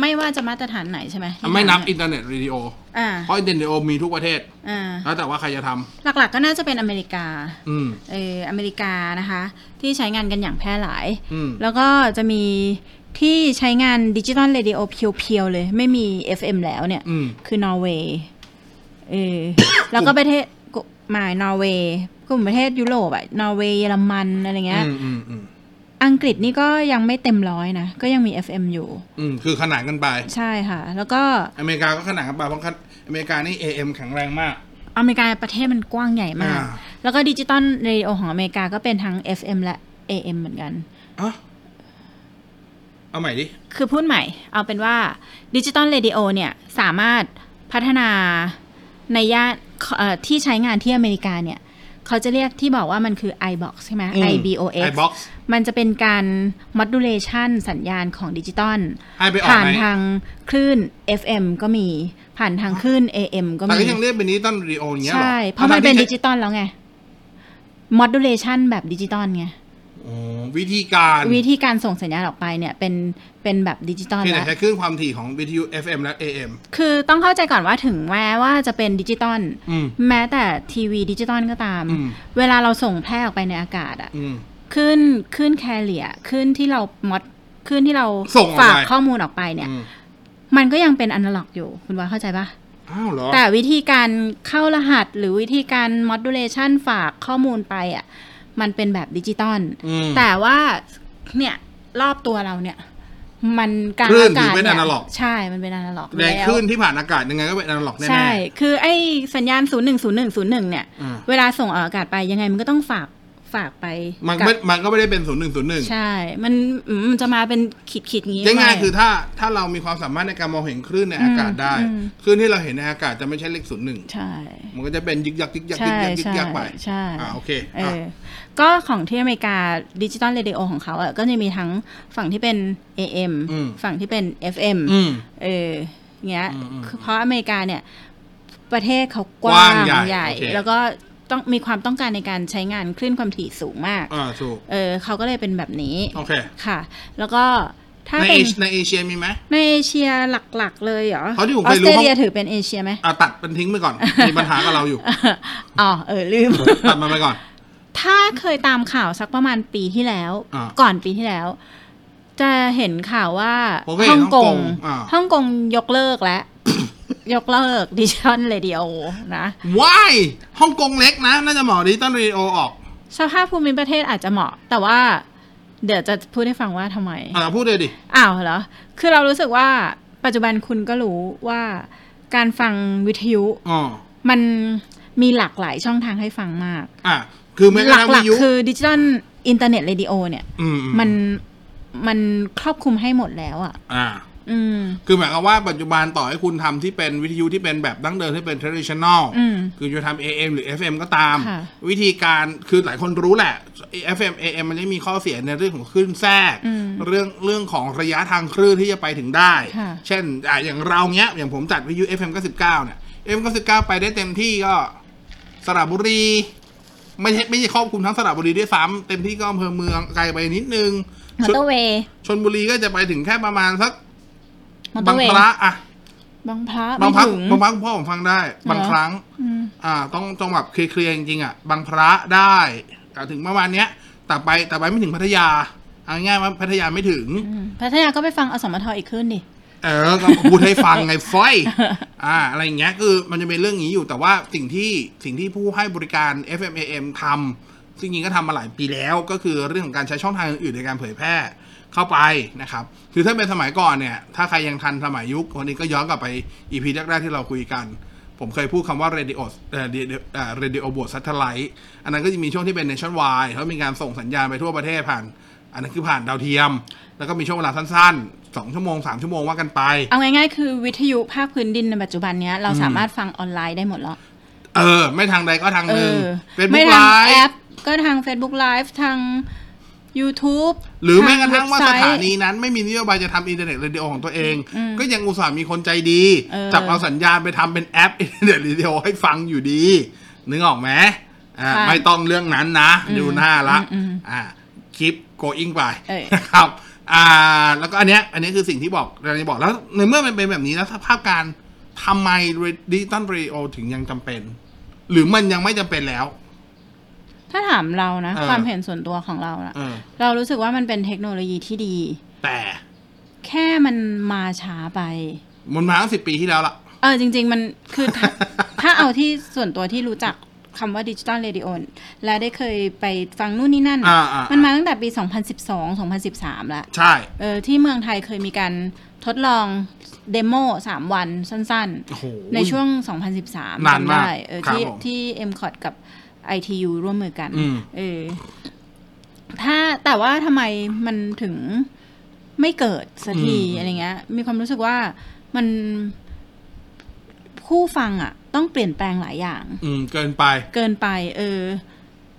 B: ไม่ว่าจะมาตรฐานไหนใช่ไหมที่
A: ไม่นับ
B: ทำ
A: อิ
B: เย
A: นเทอร์เน็ตเรดิโอ
B: อ่า
A: เพราะอินเทอร์เน็ตเรดิโอมีทุกประเทศ
B: อ่า
A: แล้วแต่ว่าใครจะท
B: หลักๆก็น่าจะเป็นอเมริกา
A: ำอืม
B: เออ อเมริกานะคะ ที่ใช้งานกันอย่างแพร่หลาย
A: อืม
B: แล้วก็จะมีที่ใช้งานดิจิทัลเรดิโอเพียวๆเลย ไม่มี FM แล้วเนี่ย
A: อืม
B: คือนอร์เวย์ เออ แล้วก็ประเทศกลุ่มหมายนอร์เวย์กลุ่มประเทศยุโรปอะนอร์เวย์เยอรมันอะไรเงี้ย
A: อืมอืมอืม
B: อังกฤษนี่ก็ยังไม่เต็มร้อยนะ ก็ยังมี FM อยู่
A: อืมคือขนานกันไป
B: ใช่ค่ะ แล้วก็
A: อเมริกาก็ขนานกันไปเพราะขนอเมริกานี่ AM แข็งแรงมาก
B: อเมริกาประเทศมันกว้างใหญ่มาก
A: อ่า
B: แล้วก็ดิจิตอลเรดิโอของอเมริกาก็เป็นทั้ง FM และ AM เหมือนกัน
A: อ่ะเอาใหม่ดิ
B: คือพูดใหม่ เอาเป็นว่าดิจิตอลเรดิโอเนี่ย สามารถพัฒนาในย่านเอ่อที่ใช้งานที่อเมริกาเนี่ย เขาจะเรียกที่บอกว่ามันคือ iBox ใช่ไหม
A: อืม
B: iBox
A: iBox
B: มันจะเป็นการ modulation สัญญาณของดิจิตอล
A: ให้ไปออก
B: ผ่าน
A: ไหน
B: ทางคลื่น FM ก็มีผ่านทางคลื่น AM ก็
A: แต่
B: มี
A: ก็ยังเรียกเป็นดิจิตอลเรดิโออย่างเงี้ยหรอ
B: ใช่ เพราะมันเป็นดิ
A: ทั้งๆที่
B: จิตอลแล้วไง modulation แบบดิจิตอลไง
A: อ๋อวิธีการ
B: วิธีการส่งสัญญาณออกไปเนี่ยเป็นเป็นแบบดิจิตอล
A: เพียง
B: แล้
A: แต่
B: ว
A: ใช้คลื่นความถี่ของวิทยุ FM และ AM
B: คือต้องเข้าใจก่อนว่าถึงแม้ว่าจะเป็นดิจิตอล
A: อืม
B: แม้แต่ทีวีดิจิตอลก็ตาม
A: อืม
B: เวลาเราส่งแพร่ออกไปในอากาศอะ
A: อืม
B: ขึ้นขึ้นแคเรียขึ้นที่เรามอดขึ้นที่เรา
A: ส่งออกไป
B: ฝากข้อมูลออกไปเนี่ย
A: อืม
B: มันก็ยังเป็นอนาล็อกอยู่คุณว่าเข้าใจปะ
A: อ้าวเหรอ
B: แต่วิธีการเข้ารหัสหรือวิธีการมอดูเลชันฝากข้อมูลไปอะมันเป็นแบบดิจิตอล
A: อืม
B: แต่ว่าเนี่ยรอบตัวเราเนี่ย มันกลาร
A: คลื่
B: อาน
A: ถื
B: กา
A: อ
B: ศ
A: เป็น
B: เนี่ย
A: analog
B: ใช่มันเป็นอนาล็อก
A: แรง
B: แล้ว
A: คลื่นที่ผ่านอากาศยังไงก็เป็นอนาล็อกแน่ๆ
B: ใช่ คือไอ้สัญญาณ 0 1 0 1 0 1 เนี่ย
A: อ่า
B: เวลาส่งออกอากาศไปยังไงมันก็ต้องฝากฝากไป
A: มัน
B: กับ
A: ไม่มันก็ไม่ได้เป็นศูนย์หนึ่งศูนย์หนึ่ง
B: ใช่ มันอืมมันจะมาเป็นขีดขีดๆงี้
A: ง่าย
B: ไม่
A: ๆคือถ้าถ้าเรามีความสามารถในการมองเห็นคลื่นในอากาศได้
B: อืมอืม
A: คลื่นที่เราเห็นในอากาศจะไม่ใช่เลขศูนย์หนึ่ง
B: ใช่
A: มันก็จะเป็นยึกยักยึกยัก
B: ใช่
A: ยึกยักยึก
B: ใช่
A: ยักไป
B: ใช่
A: อ่าโอเค
B: เอ
A: อ่ะ
B: อก็ของที่อเมริกาดิจิตอลเรดิโอของเขาอ่ะก็จะมีทั้งฝั่งที่เป็น AM ฝั่งที่เป็น FM
A: อืม
B: เออเงี้ย
A: อืมอืม
B: คือเพราะอเมริกาเนี่ย ประเทศเขาก
A: กว้า
B: ว้าง ง
A: ใหญ่
B: ใหญ่
A: โอเค
B: แล้วก็ต้องมีความต้องการในการใช้งานคลื่นความถี่สูงมาก
A: อ่าถูก
B: เออเขาก็เลยเป็นแบบนี้
A: โอเค
B: ค่ะ แล้วก็ถ้า
A: ใน
B: เป็
A: เอน เชียในเอเชียมีไหม
B: ในเอเชียหลักๆเลยเหรออ
A: เพราะที่ผม
B: อ
A: เค
B: ส
A: ยรู้
B: เตรเลียถือเป็นเอเชียไหม *laughs*
A: อ่ะตัดมันทิ้งไปก่อน มีปัญหากับเราอยู่
B: อ๋อเออ
A: *laughs*
B: ลืม
A: ตัดมันไปก่อน
B: ถ้าเคยตามข่าวสักประมาณปีที่แล้ว
A: อ่า
B: ก่อนปีที่แล้ว จะเห็นข่าวว่า
A: ผมก็เห็น
B: ฮ่องก
A: ฮ่องก
B: ง
A: งอ่า
B: ฮ่องกงยกเลิกแล้ว *coughs* ยกเลิกดิจิทัลเรดิโอนะ
A: ว้ายฮ่องกงเล็กนะ น่าจะเหมาะดิจิตอลเรดิโอออก
B: สภาพภูมิประเทศอาจจะเหมาะ แต่ว่า เดี๋ยวจะพูดให้ฟังว่าทำไม
A: อ่าพูดเลยดิ
B: อ้าวเหรอ คือเรารู้สึกว่าปัจจุบันคุณก็รู้ว่าการฟังวิทยุ
A: อ๋อ
B: มันมีหลากหลายช่องทางให้ฟังมาก
A: อ่ะ คือไม่
B: ห
A: กระทั่ง
B: ลั
A: วิ
B: ก
A: ทยุ
B: ๆ คือดิจิตอลอินเทอร์เน็ตเรดิโอเนี่ย
A: มอืม
B: มันมันครอบคลุมให้หมดแล้วอ่ะ
A: อ่า
B: อืม
A: คือหมายความว่าปัจจุบันต่อให้คุณทำที่เป็นวิทยุที่เป็นแบบดั้งเดิมที่เป็น traditional
B: อืม
A: คือจะทำ AM หรือ FM ก็ตาม
B: ค่ะ
A: วิธีการคือหลายคนรู้แหละ FM AM มันจะมีข้อเสียในเรื่องของคลื่นแทรก
B: อืม
A: เรื่องเรื่องของระยะทางคลื่นที่จะไปถึงได้
B: ค่ะ
A: เช่นอ่ะอย่างเราเนี้ย อย่างผมจัดวิทยุ FM 99เนี่ย FM 99ไปได้เต็มที่ก็สระบุรี ไม่ใช่ไม่ใช่ครอบคลุมทั้งสระบุรีด้วยซ้ำเต็มที่ก็อำเภอเมืองไกลไปนิดนึง
B: มอ
A: ชล
B: เตอร์เวย์
A: ชลบุรีก็จะไปถึงแค่ประมาณสัก
B: มอเตอบ
A: า
B: ร์
A: ง
B: เวย์
A: พระอะ
B: บางพระ
A: บางพัก
B: ไม่ถึ
A: บางพักคุณพ่อผมฟังได้ บางครั้ง
B: อืม
A: อ่า ต้องจังหวัดเคลียร์ๆจริงๆอ่ะ บางพระได้แต่ถึงประมาณเนี้ย แต่ไปแต่ไปไม่ถึงพัทยาเอาง่ายๆว่าพัทยาไม่ถึง
B: อืมพัทยาก็ไปฟังอสมทอีกขึ้นดิ
A: เออก็พูดให้ฟังไงฟอย *laughs* อ่า อะไรอย่างเงี้ย คือมันจะเป็นเรื่องนี้อยู่ แต่ว่าสิ่งที่สิ่งที่ผู้ให้บริการ FMAM ทำซึ่งจริงๆก็ทำมาหลายปีแล้ว ก็คือเรื่องของการใช้ช่องทางอื่นๆในการเผยแพร่เข้าไปนะครับ คือถ้าเป็นสมัยก่อนเนี่ย ถ้าใครยังทันสมัยยุควันนี้ก็ย้อนกลับไป EP แรกๆที่เราคุยกัน ผมเคยพูดคำว่า radio เอ่อ radio เอ่อ radio บวก satellite อันนั้นก็จะมีช่วงที่เป็น nationwide เขามีการส่งสัญญาณไปทั่วประเทศผ่าน อันนั้นคือผ่านดาวเทียม แล้วก็มีช่วงเวลาสั้นๆ 2 ชั่วโมง 3 ชั่วโมงว่ากันไป
B: เอาง่ายๆ คือวิทยุภาคพื้นดินในปัจจุบันเนี้ยเราสามารถฟังออนไลน์ได้หมดแล้ว
A: เออ ไม่ทางใดก็ทางห
B: เอ
A: นึ่ง
B: อ
A: เป็น
B: ไม่
A: บุ๊ก
B: ทา
A: ไล
B: งแอป
A: ฟ์
B: ก็ทาง Facebook Live ทาง YouTube
A: หรือแม้กระทั่งว่าสถานี
B: เว็บไซต์
A: นั้นไม่มีนโยบายจะทำอินเทอร์เน็ตเรดิโอของตัวเอง
B: อืม
A: ก็ยังอุตส่าห์มีคนใจดี
B: เออ
A: จับเอาสัญญาณไปทำเป็นแอปอินเทอร์เน็ตเรดิโอให้ฟังอยู่ดี นึกออกไหมอ่า
B: ค่ะ
A: ไม่ต้องเรื่องนั้นนะ ดูหน้าละ
B: อืมอืม
A: อ่าคลิป going ไป
B: เออ
A: นะครับอ่าแล้วก็อันเนี้ยอันเนี้ยคือสิ่งที่บอกเราจะบอกแล้วในเมื่อมันเป็นแบบนี้แล้วสภาพการทำไมดิจิตอลเรดิโอถึงยังจำเป็น หรือมันยังไม่จำเป็นแล้ว
B: ถ้าถามเรานะ
A: เออ
B: ความเห็นส่วนตัวของเรานะ
A: เออ
B: เรารู้สึกว่ามันเป็นเทคโนโลยีที่ดี
A: แต่
B: แค่มันมาช้าไป
A: มันมาตั้งสิบปีที่แล้วล่ะ
B: เออจริง ๆ มันคือถ้า ถ้าเอาที่ส่วนตัวที่รู้จัก คำว่าดิจิตอลเรดิโอและได้เคยไปฟังนู่นนี่นั่น
A: อ่าอ่าอ่ามั
B: มันมาตั้งแต่ปี 2012 2013 แล้ว
A: ใช่
B: เออที่เมืองไทยเคยมีการทดลองเดโม3 วันสั้น
A: โอ้โห
B: ๆ ในช่วง 2013
A: นานมาก
B: จำได้เออ
A: ครับ
B: ที่
A: ผม
B: ที่ MCOT กับ ITU ร่วมมือกัน
A: อืม
B: เออถ้าแต่ว่าทำไมมันถึงไม่เกิดสักทีอะไรเงี้ย มีความรู้สึกว่ามันผู้ฟังอ่ะ ต้องเปลี่ยนแปลงหลายอย่าง
A: อืม เกินไป
B: เกินไป เออ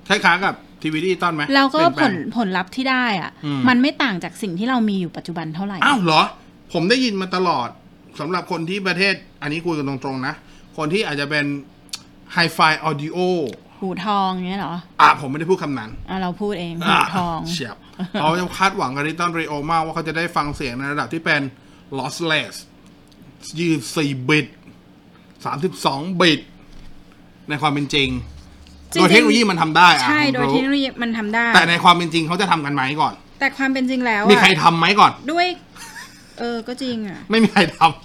A: คล้ายๆกับทีวีดิจิตอลไหม
B: แล้วก็
A: เน
B: ผ
A: แปง
B: ลผลลัพธ์ที่ได้อ่ะ
A: อืม
B: มันไม่ต่างจากสิ่งที่เรามีอยู่ปัจจุบันเท่าไหร่
A: อ้าวเหรอ ผมได้ยินมาตลอดสำหรับคนที่ประเทศ อันนี้คุยกันตรงๆนะ คนที่อาจจะเป็นไฮไฟออดิโอ
B: หูทองเนี้ยเหรอ
A: อ่ะผมไม่ได้พูดคำนั้น
B: อ่ะเราพูดเองหูทอง
A: ะเฉียบ เขาจะคาดหวังกับดิจิตอลเรโอมากว่าเขาจะได้ฟังเสียงในระดับที่เป็น lossless 24 บิต 32 บิต ในความเป็นจริง
B: จริ
A: โด
B: งๆ
A: ยเทคโนโลยีมันทำได้อะ
B: ใช่
A: ผม
B: โดย
A: รู้
B: เทคโนโลยีมันทำได้
A: แต่ในความเป็นจริงเขาจะทำกันไหมก่อน
B: แต่ความเป็นจริงแล้ว
A: มี
B: อะ
A: ใครทำไหมก่อน
B: ด้วย เออก็จริงอ่ะ
A: ไม่มีใครทำ *laughs*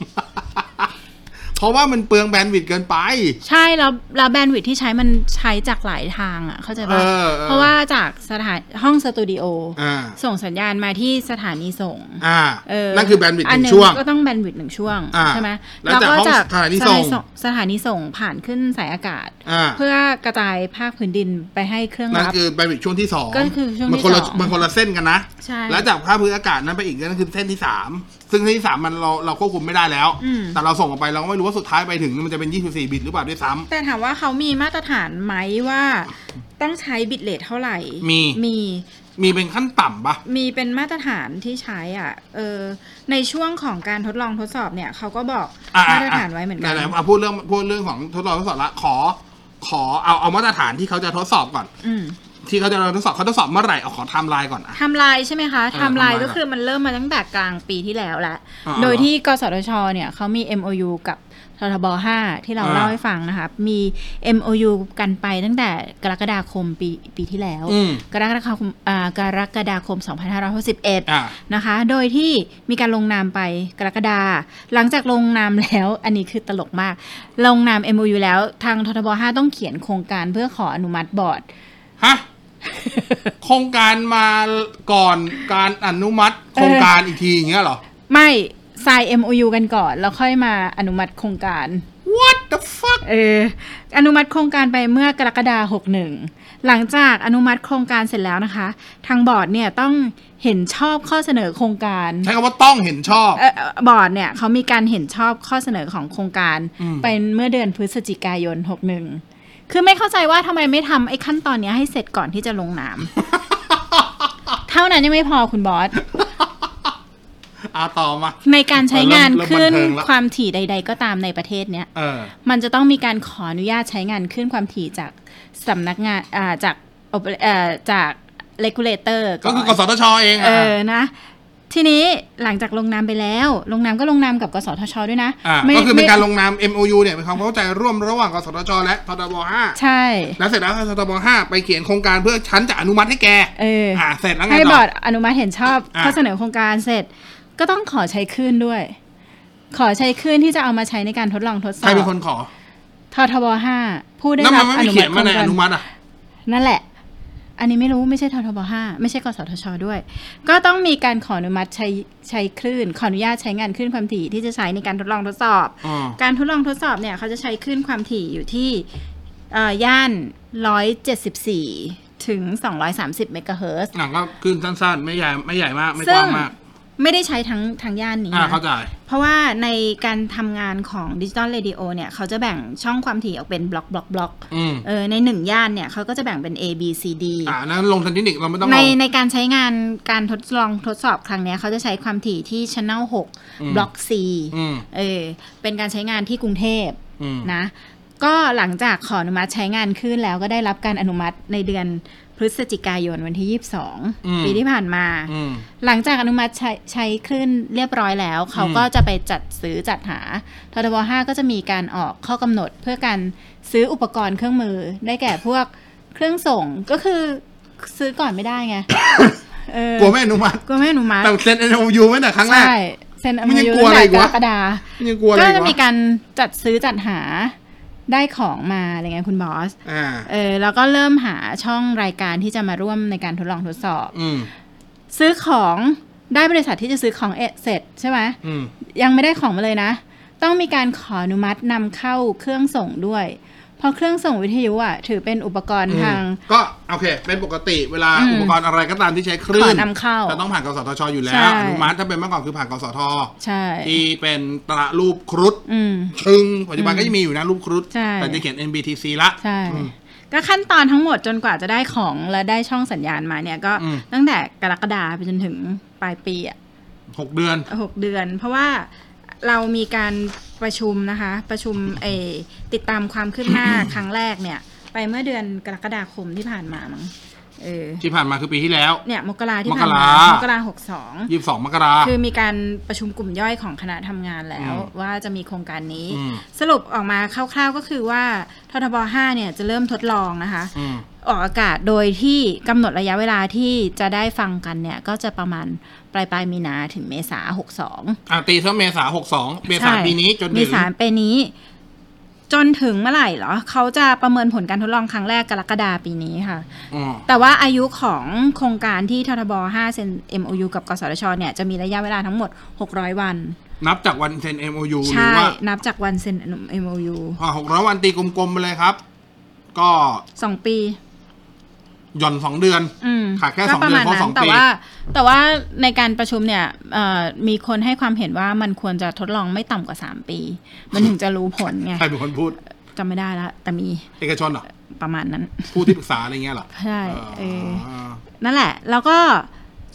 A: เพราะว่ามันเปลืองแบนด์วิดต์เกินไป
B: ใช่ แล้วแล้วแบนด์วิดท์ที่ใช้มันใช้จากหลายทางอ่ะ เข้าใจป่ะ
A: เออเออ
B: เพราะว่าจากสถานห้องสตูดิโออ
A: อ่า
B: ส่งสัญญาณมาที่สถานีส่ง
A: อ่า
B: เออ
A: นั่นคือแบนด์วิดต์ห
B: อั
A: นึ่งช่วง
B: ก็ต้องแบนด์วิดท์หนึ่งช่วง
A: อ่า
B: ใช่ไหม
A: แล้วจากห้องสถานีส่ง
B: สถานีส่งผ่านขึ้นสายอากาศ
A: อ่า
B: เพื่อกระจายภาคพื้นดินไปให้เครื่อง
A: นั่น
B: รับ
A: คือแบนด์วิดต์ช่วงที่สอง
B: ก็คือช่วงที่
A: มันคนละ
B: สอง
A: มันคนละเส้นกันนะ
B: ใช่
A: แล้วจากค่าพื้นอากาศนั้นไปอีกนั่นคือเส้นที่สาม ซึ่งเส้นที่สามมันเราเราควบคุมไม่ได้แล้ว
B: อืม
A: แต่เราส่งออกไปเราก็ไม่รู้ว่าสุดท้ายไปถึงมันจะเป็น 24 บิตหรือเปล่าด้วยซ้
B: แต่ถามว่าเขามีมาตรฐานไหมว่าต้องใช้บิตเลทเท่าไหร่
A: มี
B: มี
A: ำมีเป็นขั้นต่ำปะ
B: มีเป็นมาตรฐานที่ใช้อ่ะเออในช่วงของการทดลองทดสอบเนี่ยเขาก็บอก
A: อ่ะ
B: มาตรฐานไว้เหมือนกัน
A: ไหนๆะพูดเรื่องพูดเรื่องของทดลองทดสอบละ ขอ ขอเอาเอามาตรฐานที่เขาจะทดสอบก่อน
B: อืม
A: ที่เขาจะทดสอบเขาทดสอบเมื่อไหร่เอาขอไทม์ไลน์ก่อนอ่ะ
B: ไทำลายใช่ไหมคะไทำ
A: ไท
B: ลาย
A: ม์ไลน์
B: ก็คือมันเริ่มมาตั้งแต่กลางปีที่แล้วแหละ
A: อ่า
B: โดยที่กสทชเนี่ยเขามี MOU กับททบ 5 ที่เรา
A: อ่า
B: เล่าให้ฟังนะคะ มี MOU กันไปตั้งแต่กรกฎาคมปีปีที่แล้ว
A: อืม
B: กรกฎาคมอ่ากรกฎาคม 2561
A: อ่า
B: นะคะ โดยที่มีการลงนามไปกรกฎาหลังจากลงนามแล้ว *laughs* อันนี้คือตลกมาก ลงนาม MOU แล้วทางททบ 5 ต้องเขียนโครงการเพื่อขออนุมัติบอร์ด *laughs*
A: ฮะ โครงการมาก่อนการอนุมัติโครงการอีกทีอย่างเงี้ยเหรอ
B: ไม่ทาย MOU กันก่อน แล้วค่อยมาอนุมัติโครงการ
A: What the fuck
B: เอออนุมัติโครงการไปเมื่อกรกฎาคม61 หลังจากอนุมัติโครงการเสร็จแล้วนะคะ ทางบอร์ดเนี่ยต้องเห็นชอบข้อเสนอโครงการ
A: ใช้คำว่าต้องเห็นชอบ
B: เอ่อเอ่อบอร์ดเนี่ยเขามีการเห็นชอบข้อเสนอของโครงการ
A: อืม
B: เป็นเมื่อเดือนพฤศจิกายน 61 คือไม่เข้าใจว่าทำไมไม่ทำไอ้ขั้นตอนเนี้ยให้เสร็จก่อนที่จะลงนาม
A: *laughs*
B: เท่านั้นยังไม่พอคุณบอส
A: อาต่อมา
B: ในการใช้งาน
A: เริ่ม
B: ขึ้น
A: เริ่มบันเทิงละ
B: ความถี่ใด ๆ ก็ตามในประเทศเนี้ย
A: เออ
B: มันจะต้องมีการขออนุญาตใช้งานขึ้นความถี่จากสำนักงานอ่าจาก oper- เอ่อจากเลกูเลเตอร์
A: ก็คือกสทชเอง
B: เอ
A: อ่ะ
B: อ นะ ทีนี้หลังจากลงนามไปแล้ว ลงนามก็ลงนามกับกสทช ด้วยนะ
A: อ่า
B: ไม่
A: ก็คือเป็นการ
B: ไม่
A: ลงนาม MOU เนี่ยเป็นความเข้าใจร่วมระหว่างกสทช และททบ
B: ใช่
A: 5แล้วเสร็จแล้วททบ5ไปเขียนโครงการเพื่อฉันจะอนุมัติให้แก
B: เอออ่
A: ่าเสร็จแล้วไง
B: ให้บ
A: ต่อ
B: อร์ดอนุมัติเห็นชอบ
A: อ่า
B: ข้อเสนอโครงการเสร็จ ก็ต้องขอใช้คลื่นด้วย ขอใช้คลื่นที่จะเอามาใช้ในการทดลองทดส
A: ใค
B: อ
A: ร
B: บ
A: เป็นคนขอ
B: ททบห้าผู้ได้
A: นั่น
B: รั
A: มัน
B: บ
A: ไม่
B: อ
A: มี
B: นุ
A: เขี
B: มั
A: ยน
B: ติ
A: มาในอ
B: โค
A: นุ
B: รงกา
A: มั
B: ร
A: ติอ่ะ
B: นั่นแหละ อันนี้ไม่รู้ไม่ใช่ททบห้าไม่ใช่กสทช ด้วย ก็ต้องมีการขออนุมัติใช้ใช้คลื่น ขออนุญาตใช้งานคลื่นความถี่ที่จะใช้ในการทดลองทดสอบ
A: อ่า
B: การทดลองทดสอบเนี่ยเขาจะใช้คลื่นความถี่อยู่ที่เอ่อย่าน 174 ถึง 230 เมกะเฮิรตซ์
A: หนังก็ขึ้นสั้นๆ ไม่ใหญ่ไม่ใหญ่มาก ไม่ก
B: ซึ่
A: ว้าง งมาก
B: ไม่ได้ใช้ทั้งทั้งย่านนี้
A: อ่า
B: นะ
A: เข้าใจ
B: เพราะว่าในการทำงานของดิจิตอลเรดิโอเนี่ย เขาจะแบ่งช่องความถี่ออกเป็นบล็อกบล็อกบล็อก
A: อืม
B: เออในหนึ่งย่านเนี่ย เขาก็จะแบ่งเป็น A B C D
A: อ่านั้นลงทันทีนิคเราไม่ต้อง
B: ใน
A: ลง
B: ในการใช้งานการทดลองทดสอบครั้งเนี้ยเขาจะใช้ความถี่ที่ Channel
A: อืม
B: 6บล็อก C
A: อืม
B: เออเป็นการใช้งานที่กรุงเทพ
A: อืม
B: นะก็หลังจากขออนุมัติใช้งานขึ้นแล้วก็ได้รับการอนุมัติในเดือนพฤศจิกายนวันที่ 22 ปีที่ผ่านมา
A: อืม
B: หลังจากอนุมัติใช้ใช้คลื่นเรียบร้อยแล้ว เขา
A: อืม
B: ก็จะไปจัดซื้อจัดหาททบ5ก็จะมีการออกข้อกำหนดเพื่อการซื้ออุปกรณ์เครื่องมือ ได้แก่พวกเครื่องส่งก็คือซื้อก่อนไม่ได้
A: *coughs*
B: ไง เออก
A: ลัวไม่อนุมัติ
B: กลัวไม่อนุมัติ
A: แต่เซ็น MOU ไว้แต่ครั้งแรก
B: ใช่เซ็นอ
A: มั
B: นุ
A: นยั
B: มั
A: ง
B: ติ
A: กลัวอะไรอีก
B: ก
A: วะ
B: รกฎา
A: ยังกลัวอะไร
B: ก็
A: อี
B: จะ
A: วะ
B: มีการจัดซื้อจัดหา ได้ของมาอะไรเงี้ยคุณบอส
A: อ่า
B: เออแล้วก็เริ่มหาช่องรายการที่จะมาร่วมในการทดลองทดสอบ
A: อืม
B: ซื้อของได้บริษัทที่จะซื้อของเอเสร็จใช่ไหม
A: อืม
B: ยังไม่ได้ของมาเลยนะ ต้องมีการขออนุมัตินำเข้าเครื่องส่งด้วย เพราะเครื่องส่งวิทยุอ่ะถือเป็นอุปกรณ์ทาง
A: ก็โอเค เป็นปกติเวลา
B: อืม
A: อุปกรณ์อะไรก็ตามที่ใช้คลื่
B: ข
A: น
B: อนำเข้า
A: จะต้องผ่านกสทชอยู่แล้
B: ใช่
A: วอนุมัติถ้าเป็นเมื่อก่อนคือผ่านกสท
B: ใช่
A: ที่เป็นตรารูปครุฑ
B: อืม
A: ชึงปัจจุบันก็ยังมีอยู่นะรูปครุฑ
B: ใช่
A: แต่จะเขียน NBTC ละ
B: ใช่
A: อืม
B: ก็ขั้นตอนทั้งหมดจนกว่าจะได้ของและได้ช่องสัญญาณมาเนี่ยก็
A: อืม
B: ตั้งแต่กรกฎาไปจนถึงปลายปีอ่ะ
A: หกเดือน
B: หกเดือน เพราะว่าเรามีการประชุมนะคะ ประชุมเออติดตามความคืบหน้า *coughs* ครั้งแรกเนี่ย ไปเมื่อเดือนกรกฎาคมที่ผ่านมามั้งเออ
A: ที่ผ่านมาคือปีที่แล้ว
B: เนี่ยมกราที่ผ่านมาม
A: กราม
B: มกราหกสอง
A: ยี่สิบสองมกรา
B: คือมีการประชุมกลุ่มย่อยของคณะทำงานแล้ว
A: อืม
B: ว่าจะมีโครงการนี้
A: อืม
B: สรุปออกมาคร่าวๆก็คือว่าททบ5เนี่ยจะเริ่มทดลองนะคะ
A: อืม
B: ออกอากาศโดยที่กำหนดระยะเวลาที่จะได้ฟังกันเนี่ยก็จะประมาณปลายปลายๆมีนาถึงเมษาหกสอง
A: อ่ะตีซะเมษาหกสองเมษา
B: ใช่
A: ปีนี้จน
B: เม
A: ถึง
B: ษาปีนี้ จนถึงเมื่อไหร่เหรอ เขาจะประเมินผลการทดลองครั้งแรกกรกฎาปีนี้ค่ะ
A: อ๋อ
B: แต่ว่าอายุของโครงการที่ททบ 5 เซ็น MOU กับกสทชเนี่ยจะมีระยะเวลาทั้งหมด 600 วัน
A: นับจากวันเซ็น MOU หรื
B: ใช่
A: อว่า
B: นับจากวันเซ็น MOU
A: พอหกร้อยวันตีกลมๆไปเลยครับ ก็
B: 2 ปี
A: หย่อนสองเดือน
B: อืม
A: ขาดแค่
B: ก็
A: สอง
B: ประ
A: เดือน
B: มาณ
A: เพราะสองปี
B: แต่ว่า แต่ว่าในการประชุมเนี่ยเอ่อมีคนให้ความเห็นว่ามันควรจะทดลองไม่ต่ำกว่า 3 ปี มันถึงจะรู้ผลไง
A: ใครเป็นคนพูด
B: จำไม่ได้ละแต่มี
A: เอกชนเหรอ
B: ประมาณนั้น
A: ผู้ที่ปรึกษาอะไรเงี้ยเหรอ
B: ใช่เออ
A: อ่า
B: นั่นแหละ แล้วก็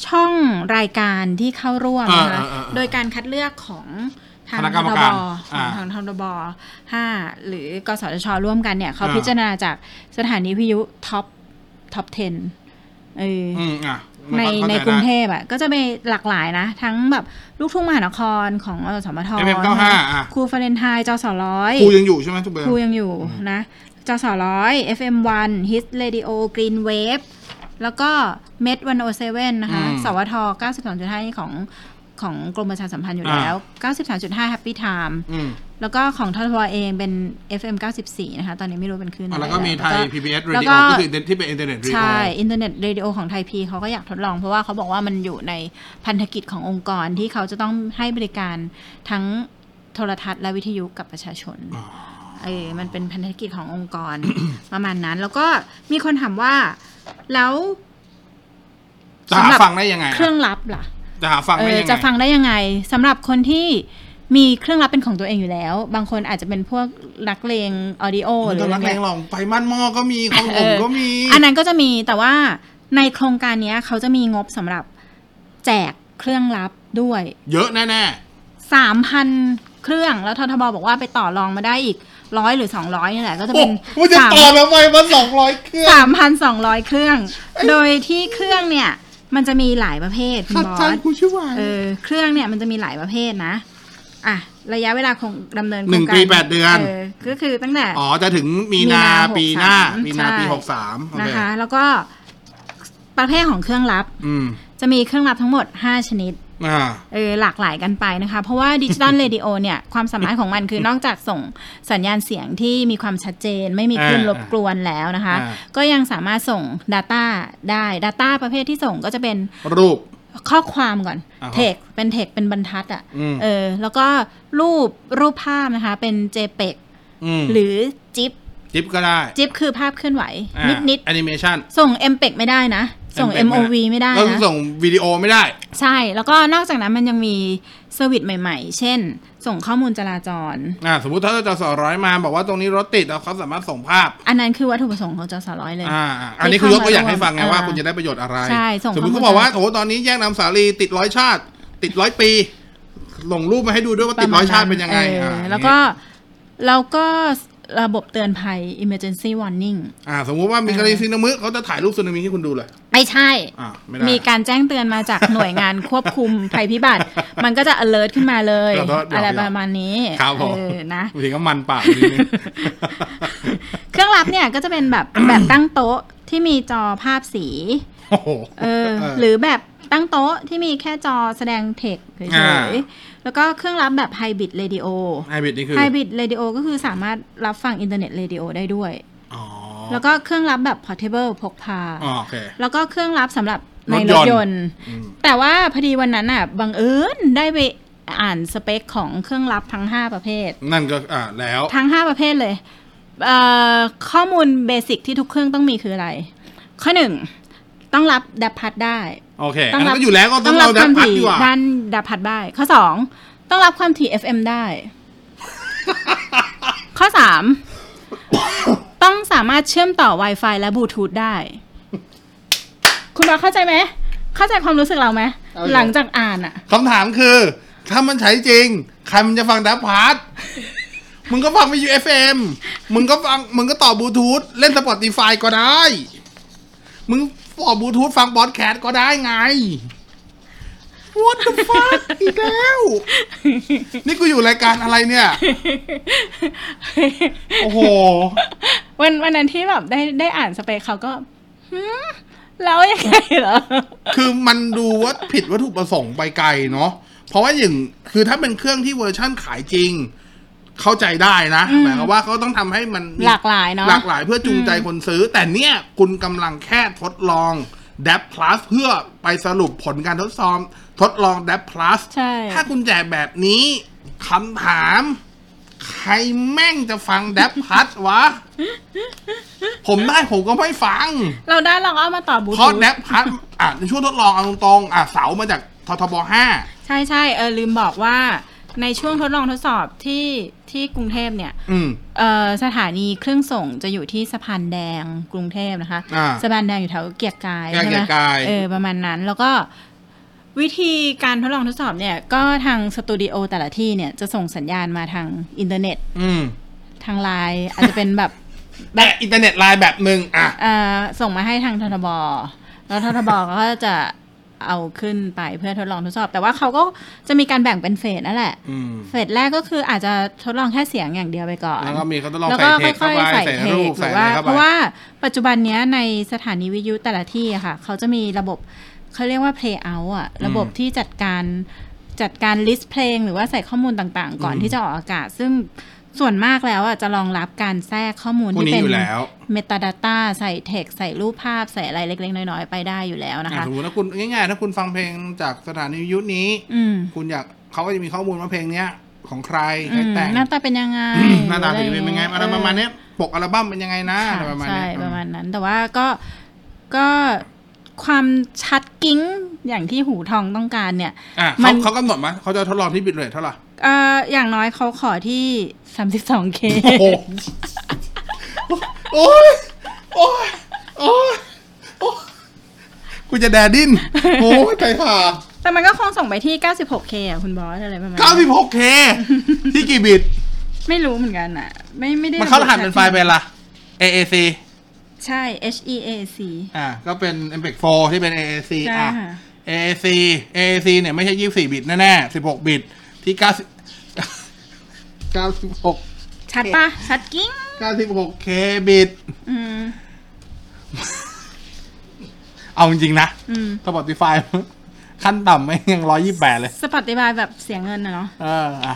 B: ช่องรายการที่เข้าร่วมนะคะ
A: อ่าอ่าอ่าอ่า
B: โดยการคัดเลือกของทาง
A: คณะกรรม
B: ท
A: การ
B: บของ
A: อ่า
B: ทางทบห้าหรือกสทชร่วมกันเนี่ย เขา
A: อ่า
B: พิจารณาจากสถานีวิทยุท็อปท็อป 10 เอออ
A: อืมอ่ะ
B: ใน
A: เข้า
B: ใน
A: ใจ
B: กรุงเท
A: ได้
B: พอ่ะ ก็จะมีหลากหลายนะ ทั้งแบบลูกทุ่งมหานครของอสมท
A: FM 95อ่ะ
B: ครูฟาเรนไฮน์จอสอร้อย
A: ครูยังอยู่ใช่ไหมทุกเบอร์
B: ครูยังอยู่นะจสร้อย FM1 Hit Radio Green Wave แล้วก็ Med 107 นะคะ
A: อืม
B: สวท 92.5 นี่ของของกรมประชาสัมพันธ์อยู่แล้ว 93.5 Happy Time
A: อืม
B: แล้วก็ของททบเองเป็น FM 94 นะคะ ตอนนี้ไม่รู้เป็นคลื่น
A: อ่ะ
B: อะไร
A: แล้วก็มีไทย PBS
B: แล้ว
A: Radio ก็คือที่เป็นอินเทอร์เน็ตรีโอ
B: ใช่อินเทอร์เน็ตเรดิโอของไทยพีเขาก็อยากทดลองเพราะว่าเขาบอกว่ามันอยู่ในพันธกิจขององค์กรที่เขาจะต้องให้บริการทั้งโทรทัศน์และวิทยุกับประชาชน เออ มันเป็นพันธกิจขององค์กร ประมาณนั้น แล้วก็มีคนถามว่า แล้ว
A: จะหาฟังได้ยังไง
B: เครื่องลับล่ะ
A: จะหาฟัง
B: เอ
A: ได้
B: อ
A: ยังไง
B: จะฟังได้ยังไงสำหรับคนที่มีเครื่องรับเป็นของตัวเองอยู่แล้ว บางคนอาจจะเป็นพวกนักเลงออดิโอห
A: มั
B: รื
A: น
B: อ
A: ก็รั
B: อะไร
A: กแรง
B: เงี้ย
A: หลองไปมั่นหม้อก็มีของผ
B: เอ
A: ม
B: อ
A: ก็มี
B: อันนั้นก็จะมีแต่ว่าในโครงการเนี้ยเขาจะมีงบสำหรับแจกเครื่องรับด้วย
A: เยอะแน่
B: 3,000 เครื่องแล้วททบบอกว่าไปต่อรองมาได้อีกร้อยหรือ200นี่แหละก็
A: ๆ
B: จะเป็น
A: โอ้ยจะ
B: สาม
A: ต่อทำไมมันสองร้อยเครื่อง
B: สามพันสองร้อยเครื่อง โดยที่เครื่องเนี่ย มันจะมีหลายประเภทคุณ
A: ขัด
B: บอ
A: ใจ
B: ส
A: กูช่วย
B: เออเครื่องเนี่ยมันจะมีหลายประเภทนะ อ่ะ ระยะเวลาของดำเนินโคร
A: หนึ่ง
B: การ
A: ปีแปดเดือน
B: อก็คือตั้งแต่
A: อ๋อจะถึงมีนาปีหน้า
B: มี
A: ปีห
B: นา
A: น้าปี
B: ห
A: ห
B: ก
A: ก
B: สา
A: สาม ม
B: นะคะ แล้วก็ประเภทของเครื่องรับ
A: อืม
B: จะมีเครื่องรับทั้งหมด 5 ชนิด
A: อ่า
B: เออหลากหลายกันไปนะคะ เพราะว่าดิ
A: *laughs*
B: จิตอลเรดิโอเนี่ย ความสามารถของมันคือนอกจากส่งสัญญาณเสียงที่มีความชัดเจน ไม่มีคลื่น
A: อ่าร
B: บกวนแล้วนะคะ
A: อ่า
B: ก็ยังสามารถส่ง Data ได้ Data ประเภทที่ส่งก็จะเป็น
A: รูป
B: ข้อความก่อน
A: อ่าฮะ
B: เทคเป็นเทคเป็นบรรทัดอ่ะ
A: อืม
B: เออแล้วก็รูปรูปภาพนะคะ เป็น JPEG
A: อืม
B: หรือจิป
A: จิปก็ได้
B: จิปคือภาพเคลื่อนไหว นิด
A: แอนิเมชัน
B: ๆ ส่ง MPEG ไม่ได้นะ ส่ง MOV ไม่ได้
A: ก็คือ
B: นะ
A: ส่งวิดีโอไม่ได้
B: ใช่ แล้วก็นอกจากนั้นมันยังมีเซอร์วิสใหม่ๆ เช่น ส่งข้อมูลจราจร
A: อ่าสมมติถ้าจสร้อยมาบอกว่าตรงนี้รถติดเราเขาสามารถส่งภาพ
B: อันนั้นคือวัตถุประสงค์ของจสร้อยเลย
A: อ่าอ่าอันนี้คือยกตัวอย่างให้ฟังไง
B: อ่า
A: ว่าคุณจะได้ประโยชน์อะไร
B: ใช่ส่ง
A: สมมติ
B: ข้อมูล
A: เขาบอกว่าโอ้โหตอนนี้แยกนามสาลีติดร้อยชาติ ติดร้อยปีลงรูปมาให้ดูด้วยว่าติดร้อยชาติเป็นยังไง
B: เออ
A: อ่า
B: แล้วก็แล้วก็ระบบเตือนภัย emergency warning
A: อ่า สมมุติว่ามีกรณีซึนามิเขาจะถ่ายรูปซึนามิให้คุณดูเลย
B: ไม่ใช่
A: อ่าไม่ได้
B: มีการแจ้งเตือนมาจากหน่วยงานควบคุมภัยพิ
A: *laughs*
B: บัติ มันก็จะ alert ขึ้นมาเลย
A: ขอโทษ
B: อะไร
A: ยอมย
B: ป
A: อม
B: ระมาณนี้
A: ครับผม
B: เออนะ
A: บางทีก็มันปากนิด
B: *laughs*
A: นึง
B: เครื่องรับ *coughs* เนี่ยก็จะเป็นแบบแบบตั้งโต๊ะที่มีจอภาพสี
A: โอ้โห
B: เออ
A: เออ
B: หรือแบบ ตั้งโต๊ะที่มีแค่จอแสดงเทคเฉ
A: อ่า
B: ยๆแล้วก็เครื่องรับแบบไฮบริดเรดิโอ
A: ไฮบริดนี่คือ
B: ไฮบริดเรดิโอก็คือสามารถรับฟังอินเทอร์เน็ตเรดิโอได้ด้วย
A: อ๋อ
B: แล้วก็เครื่องรับแบบพอร์เทเบิลพกพา
A: อ๋อโอเค
B: แล้วก็เครื่องรับสำหรับใน
A: ร
B: ร
A: ถ
B: ถ
A: ย
B: ย
A: น
B: น
A: ต์
B: ต์
A: อืม
B: แต่ว่าพอดีวันนั้นอ่ะบังเอิญได้ไปอ่านสเปคของเครื่องรับทั้ง 5 ประเภท
A: นั่นก็อ่าแล้ว
B: ทั้ง 5 ประเภทเลยเอ่อข้อมูลเบสิกที่ทุกเครื่องต้องมีคืออะไร ข้อ 1 ต้องรับดับพัดได้
A: โอเคอั
B: ต้อน ง
A: นั้
B: รั
A: น
B: บ
A: ก็อยู่แล้วก็ต้อ
B: ต้องง
A: เรา
B: รับ
A: ดับ
B: ความ
A: พัด
B: ถี่
A: ดีกว่า
B: ด้านดับพัดได้ ข้อ 2 ต้องรับความถี่ FM
A: *laughs*
B: ได้ ข้อ 3 ต้องสามารถเชื่อมต่อ Wi-Fi และบลูทูธได้ คุณบอสเข้าใจไหม เข้าใจความรู้สึกเราไหม
A: เอาอยู่
B: หลังจากอ่านอะ
A: คำถามคือ ถ้ามันใช้จริง ใครมันจะฟังดับพัด *laughs* มึงก็ฟังไปยูเอฟเอ็มมึงก็ฟัง มึงก็ต่อบลูทูธเล่นสปอติฟายก็ได้ มึงต่อบลูทูธฟังบอดแคสต์ก็ได้ไง What the fuck *laughs* อีกแล้ว นี่กูอยู่รายการอะไรเนี่ย โอ้โห
B: วันวันนั้นที่แบบได้ได้อ่านสเปคเขาก็หืมแล้วยังไงเหรอ
A: คือมันดูว่าผิดวัตถุประสงค์ไปไกลเนาะ เพราะว่าอย่างคือถ้าเป็นเครื่องที่เวอร์ชั่นขายจริง เข้าใจได้นะ
B: อืม
A: หมายความว่าเขาต้องทำให้มันมี
B: หลากหลายเนาะ
A: หลากหลายเพื่อจูงใจคนซื้อ แต่เนี่ยคุณกำลังแค่ทดลอง d a p Plus เพื่อไปสรุปผลการทดสอบ ทดลอง d a p Plus
B: ใช่
A: ถ้าคุณแจกแบบนี้คำถาม ใครแม่งจะฟัง d a p Plus วะ ผมได้ผมก็ไม่ฟัง
B: เราได้เราก็เอามาต่อบลู
A: เพ
B: ทู
A: ราะ
B: ธ
A: d a p Plus อ่ะในช่วงทดลองเอาตรงๆอ่ะเสามาจากททบห้า
B: ใช่ใช่เออลืมบอกว่าในช่วงทดลองทดสอบที่ที่กรุงเทพเนี่ย
A: อืม
B: เออสถานีเครื่องส่งจะอยู่ที่สะพานแดงกรุงเทพนะคะ
A: อ่า
B: สะพานแดงอยู่แถวเกียรติกาย
A: แยก
B: ใช่
A: เกี
B: ไหม
A: ยรติกาย
B: เออประมาณนั้นแล้วก็วิธีการทดลองทดสอบเนี่ยก็ทางสตูดิโอแต่ละที่เนี่ยจะส่งสัญญาณมาทางอินเทอร์เน็ต
A: อืม
B: ทางไลน์อาจจะเป็นแบบ
A: แต่อินเทอร์เน็ตไลน์แบบหนึ่งอ่ะ
B: เอ่อส่งมาให้ทางททบ แล้วททบ ก็จะเอาขึ้นไปเพื่อทดลองทดสอบ แต่ว่าเขาก็จะมีการแบ่งเป็นเฟสนั่นแหละ
A: อืม
B: เฟสแรกก็คืออาจจะทดลองแค่เสียงอย่างเดียวไปก่อน
A: แล้วก็มีเขาทดลอง
B: แล้ว
A: ใส่
B: ก็
A: เท
B: ค่
A: คเข้า
B: อย
A: ไป
B: ๆใส่
A: ใส่
B: เท
A: รูป
B: ห
A: ใส่
B: รือ
A: อะไร
B: ว่า
A: เข้า
B: เพ
A: ไป
B: ราะว่าปัจจุบันเนี้ยในสถานีวิทยุแต่ละที่อะค่ะ เขาจะมีระบบเขาเรียกว่า play out อะระบบที่จัดการจัดการ list เพลงหรือว่าใส่ข้อมูลต่างๆ ก่อน
A: อืม
B: ที่จะออกอากาศ ซึ่งส่วนมากแล้วอะจะรองรับการแทรกข้อมูล
A: พวก
B: ที่
A: นี้
B: เป็
A: อน ยู่แล้ว
B: metadata ใส่ text ใส่รูปภาพใส่อะไรเล็ก ๆ น้อย ๆ ไปได้อยู่แล้วนะ
A: อ่ะ
B: คะ
A: สมมติถ้าคุณง่ายๆ ถ้าคุณฟังเพลงจากสถานีวิทยุนี้
B: อืม
A: คุณอยากเขาก็จะมีข้อมูลว่าเพลงเนี้ย ของใครใค
B: อื
A: ร
B: ม
A: แต่ง
B: หน้าตาเป็นยังไง
A: หน้าตาเป็นยังไงอะไรประมาณเนี้ยปกอัลบั้มเป็นยังไงนะ
B: ค่ะ
A: อะไรประมาณ
B: ใช่
A: เนี้ย
B: ประมาณนั้นแต่ว่าก็ก็ความชัดกิ้งอย่างที่หูทองต้องการเนี่ย
A: อ่ะ
B: มั
A: เขา
B: น
A: เขากำหนดไหมเขาจะทดลองที่บิตเรทเท่าไหร่
B: เอ่ออย่างน้อยเขาขอที่ 32K
A: โอ้โหโอ้ยโอ้ยโอ้ยโอ้ยกูจะแดดดิ้นโอ้ยใจห่า
B: แต่มันก็คงส่งไปที่ 96K อ่ะคุณบอสอะไรประมาณนั้น
A: 96K ที่กี่บิต
B: ไม่รู้เหมือนกันอ่ะ ไม่ไม่ได้
A: มันเข้ารหัสเป็นไฟล์ไปละ AAC
B: ใช่ HEAC
A: อ่าก็เป็น MPEG 4ที่เป็น AAC
B: ใช่
A: อ่ะ
B: ค่ะ
A: AAC AAC เนี่ยไม่ใช่ 24 บิตแน่ๆ16 บิตที่9 96
B: ชัดปะชัดกิ้ง
A: 96K บิต
B: อืม
A: เอาจริงๆนะ
B: อืม
A: Spotify ขั้นต่ำไม่งยัง 128 เลย
B: สปอติบายแบบเสียเงินนะเนาะ
A: เออ อ่ะ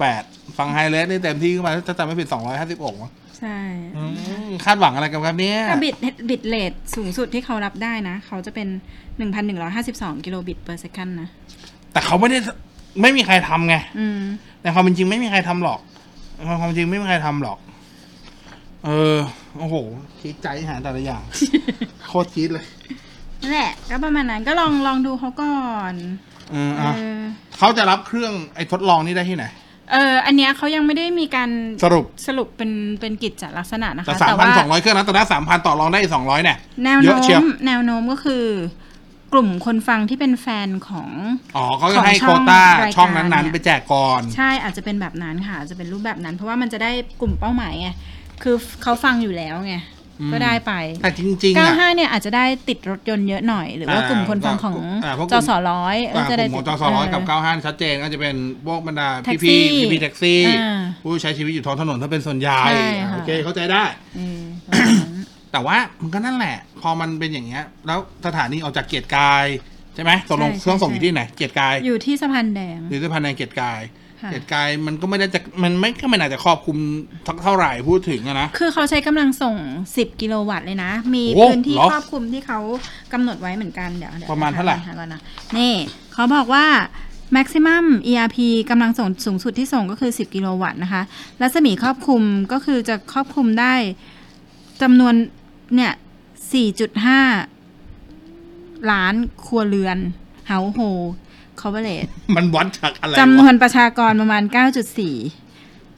A: 128 ฟังไฮเลสนี่เต็มที่ขึ้นมาถ้าจำไม่ผิด 256มั้ง
B: ใช่
A: อืมคาดหวังอะไรกันครับเนี่ย
B: แต่บิตบิตเลทสูงสุดที่เขารับได้นะ เขาจะเป็น 1,152 กิโลบิต per second นะ
A: แต่เขาไม่ได้ไม่มีใครทำไง
B: อืม
A: แต่ความเป็นจริงไม่มีใครทำหรอกในความเป็นจริงไม่มีใครทำหรอก เออ โอ้โหคิดใจหาแต่ละอย่าง โคตรคิดเลย
B: *laughs* นั่นแหละก็ประมาณนั้นก็ลองลองดูเขาก่อน
A: เออ
B: เอ
A: อ่ะ
B: อ
A: เขาจะรับเครื่องไอ้ทดลองนี่ได้ที่ไหน
B: เอออันเนี้ยเขายังไม่ได้มีการ
A: สรุป
B: สรุปเป็นเป็นกิจจลักษณะนะคะ
A: แต่สามพันสองร้อยเครื่องนะแต่ละสามพันต่อรองได้อีกสองร้อยเนี่ย
B: แนว
A: เย
B: โน้
A: อะเชียว
B: มแนวโน้มก็คือ กลุ่มคนฟังที่เป็นแฟนของ
A: อ๋อเขา
B: ข
A: จะ
B: อง
A: ให้
B: ช่
A: โค
B: อง
A: ต้าร
B: าย
A: ช่อง
B: การ
A: นั้นๆ
B: เนี่ย
A: ไปแจกก่อน
B: ใช่อาจจะเป็นแบบนั้นค่ะอาจจะเป็นรูปแบบนั้น เพราะว่ามันจะได้กลุ่มเป้าหมายไงคือเขาฟังอยู่แล้วไง
A: อืม
B: ก็ได้ไป
A: แต่จริงๆอ่ะ
B: 95เนี่ยอาจจะได้ติดรถยนต์เยอะหน่อย หรือว่า
A: อ่าก
B: ลุ่มคนฟังของ
A: อ่าพวกก
B: จ
A: ลุ่
B: อ
A: ม
B: สอร้อย
A: อ่ะ
B: จะ
A: ก
B: ได้
A: ลุ่มของจอส
B: เ
A: ร้อยกับเก้าห้าชัดเจนก็จะเป็นพวกบรรดา
B: แท็กซี่
A: พี่ๆพี่ๆแท็กซี่
B: อ่า
A: ผู้ใช้ชีวิตอยู่ท้องถนนถ้าเป็นส่วนใหญ่
B: ใช่
A: อ่ะ
B: ค่ะ
A: โอเคเข้าใจได้
B: เออประมาณนั้น
A: แต่ว่ามันก็นั่นแหละ พอมันเป็นอย่างเงี้ย แล้วสถานีออกจากเกียรติกาย ช่ไหมตกลง
B: ใช่ใช่
A: เครื่องส่งอยู่ที่ไหน เกียรติกาย
B: อยู่ที่สะพานแดง
A: หรือสะพานในเกียรติกาย
B: ค่ะ
A: เกียรติกายมันก็ไม่ได้จะมันไม่ก็ไม่น่าจะครอบคลุมสักเท่าไหร่พูดถึงอะนะ *laughs*
B: คือเขาใช้กำลังส่ง 10 กิโลวัตต์เลยนะ มี
A: โอ้
B: พื้นที่
A: เหรอ
B: ครอบคลุมที่เขากำหนดไว้เหมือนกันเดี๋ยวเดี๋ยว
A: ประมาณเท่าไหร่
B: หก่อนนะนี่เขาบอกว่า maximum ERP กำลังส่งสูงสุดที่ส่งก็คือ 10 กิโลวัตต์นะคะ รัศมีครอบคลุมก็คือจะครอบคลุมได้จำนวนเนี่ย 4.5 ล้านครัวเรือน เฮาโฮคอร์เปอเรท
A: มันวัดจากอะไร
B: จำนว
A: วะ
B: นประชากรประมาณ 9.4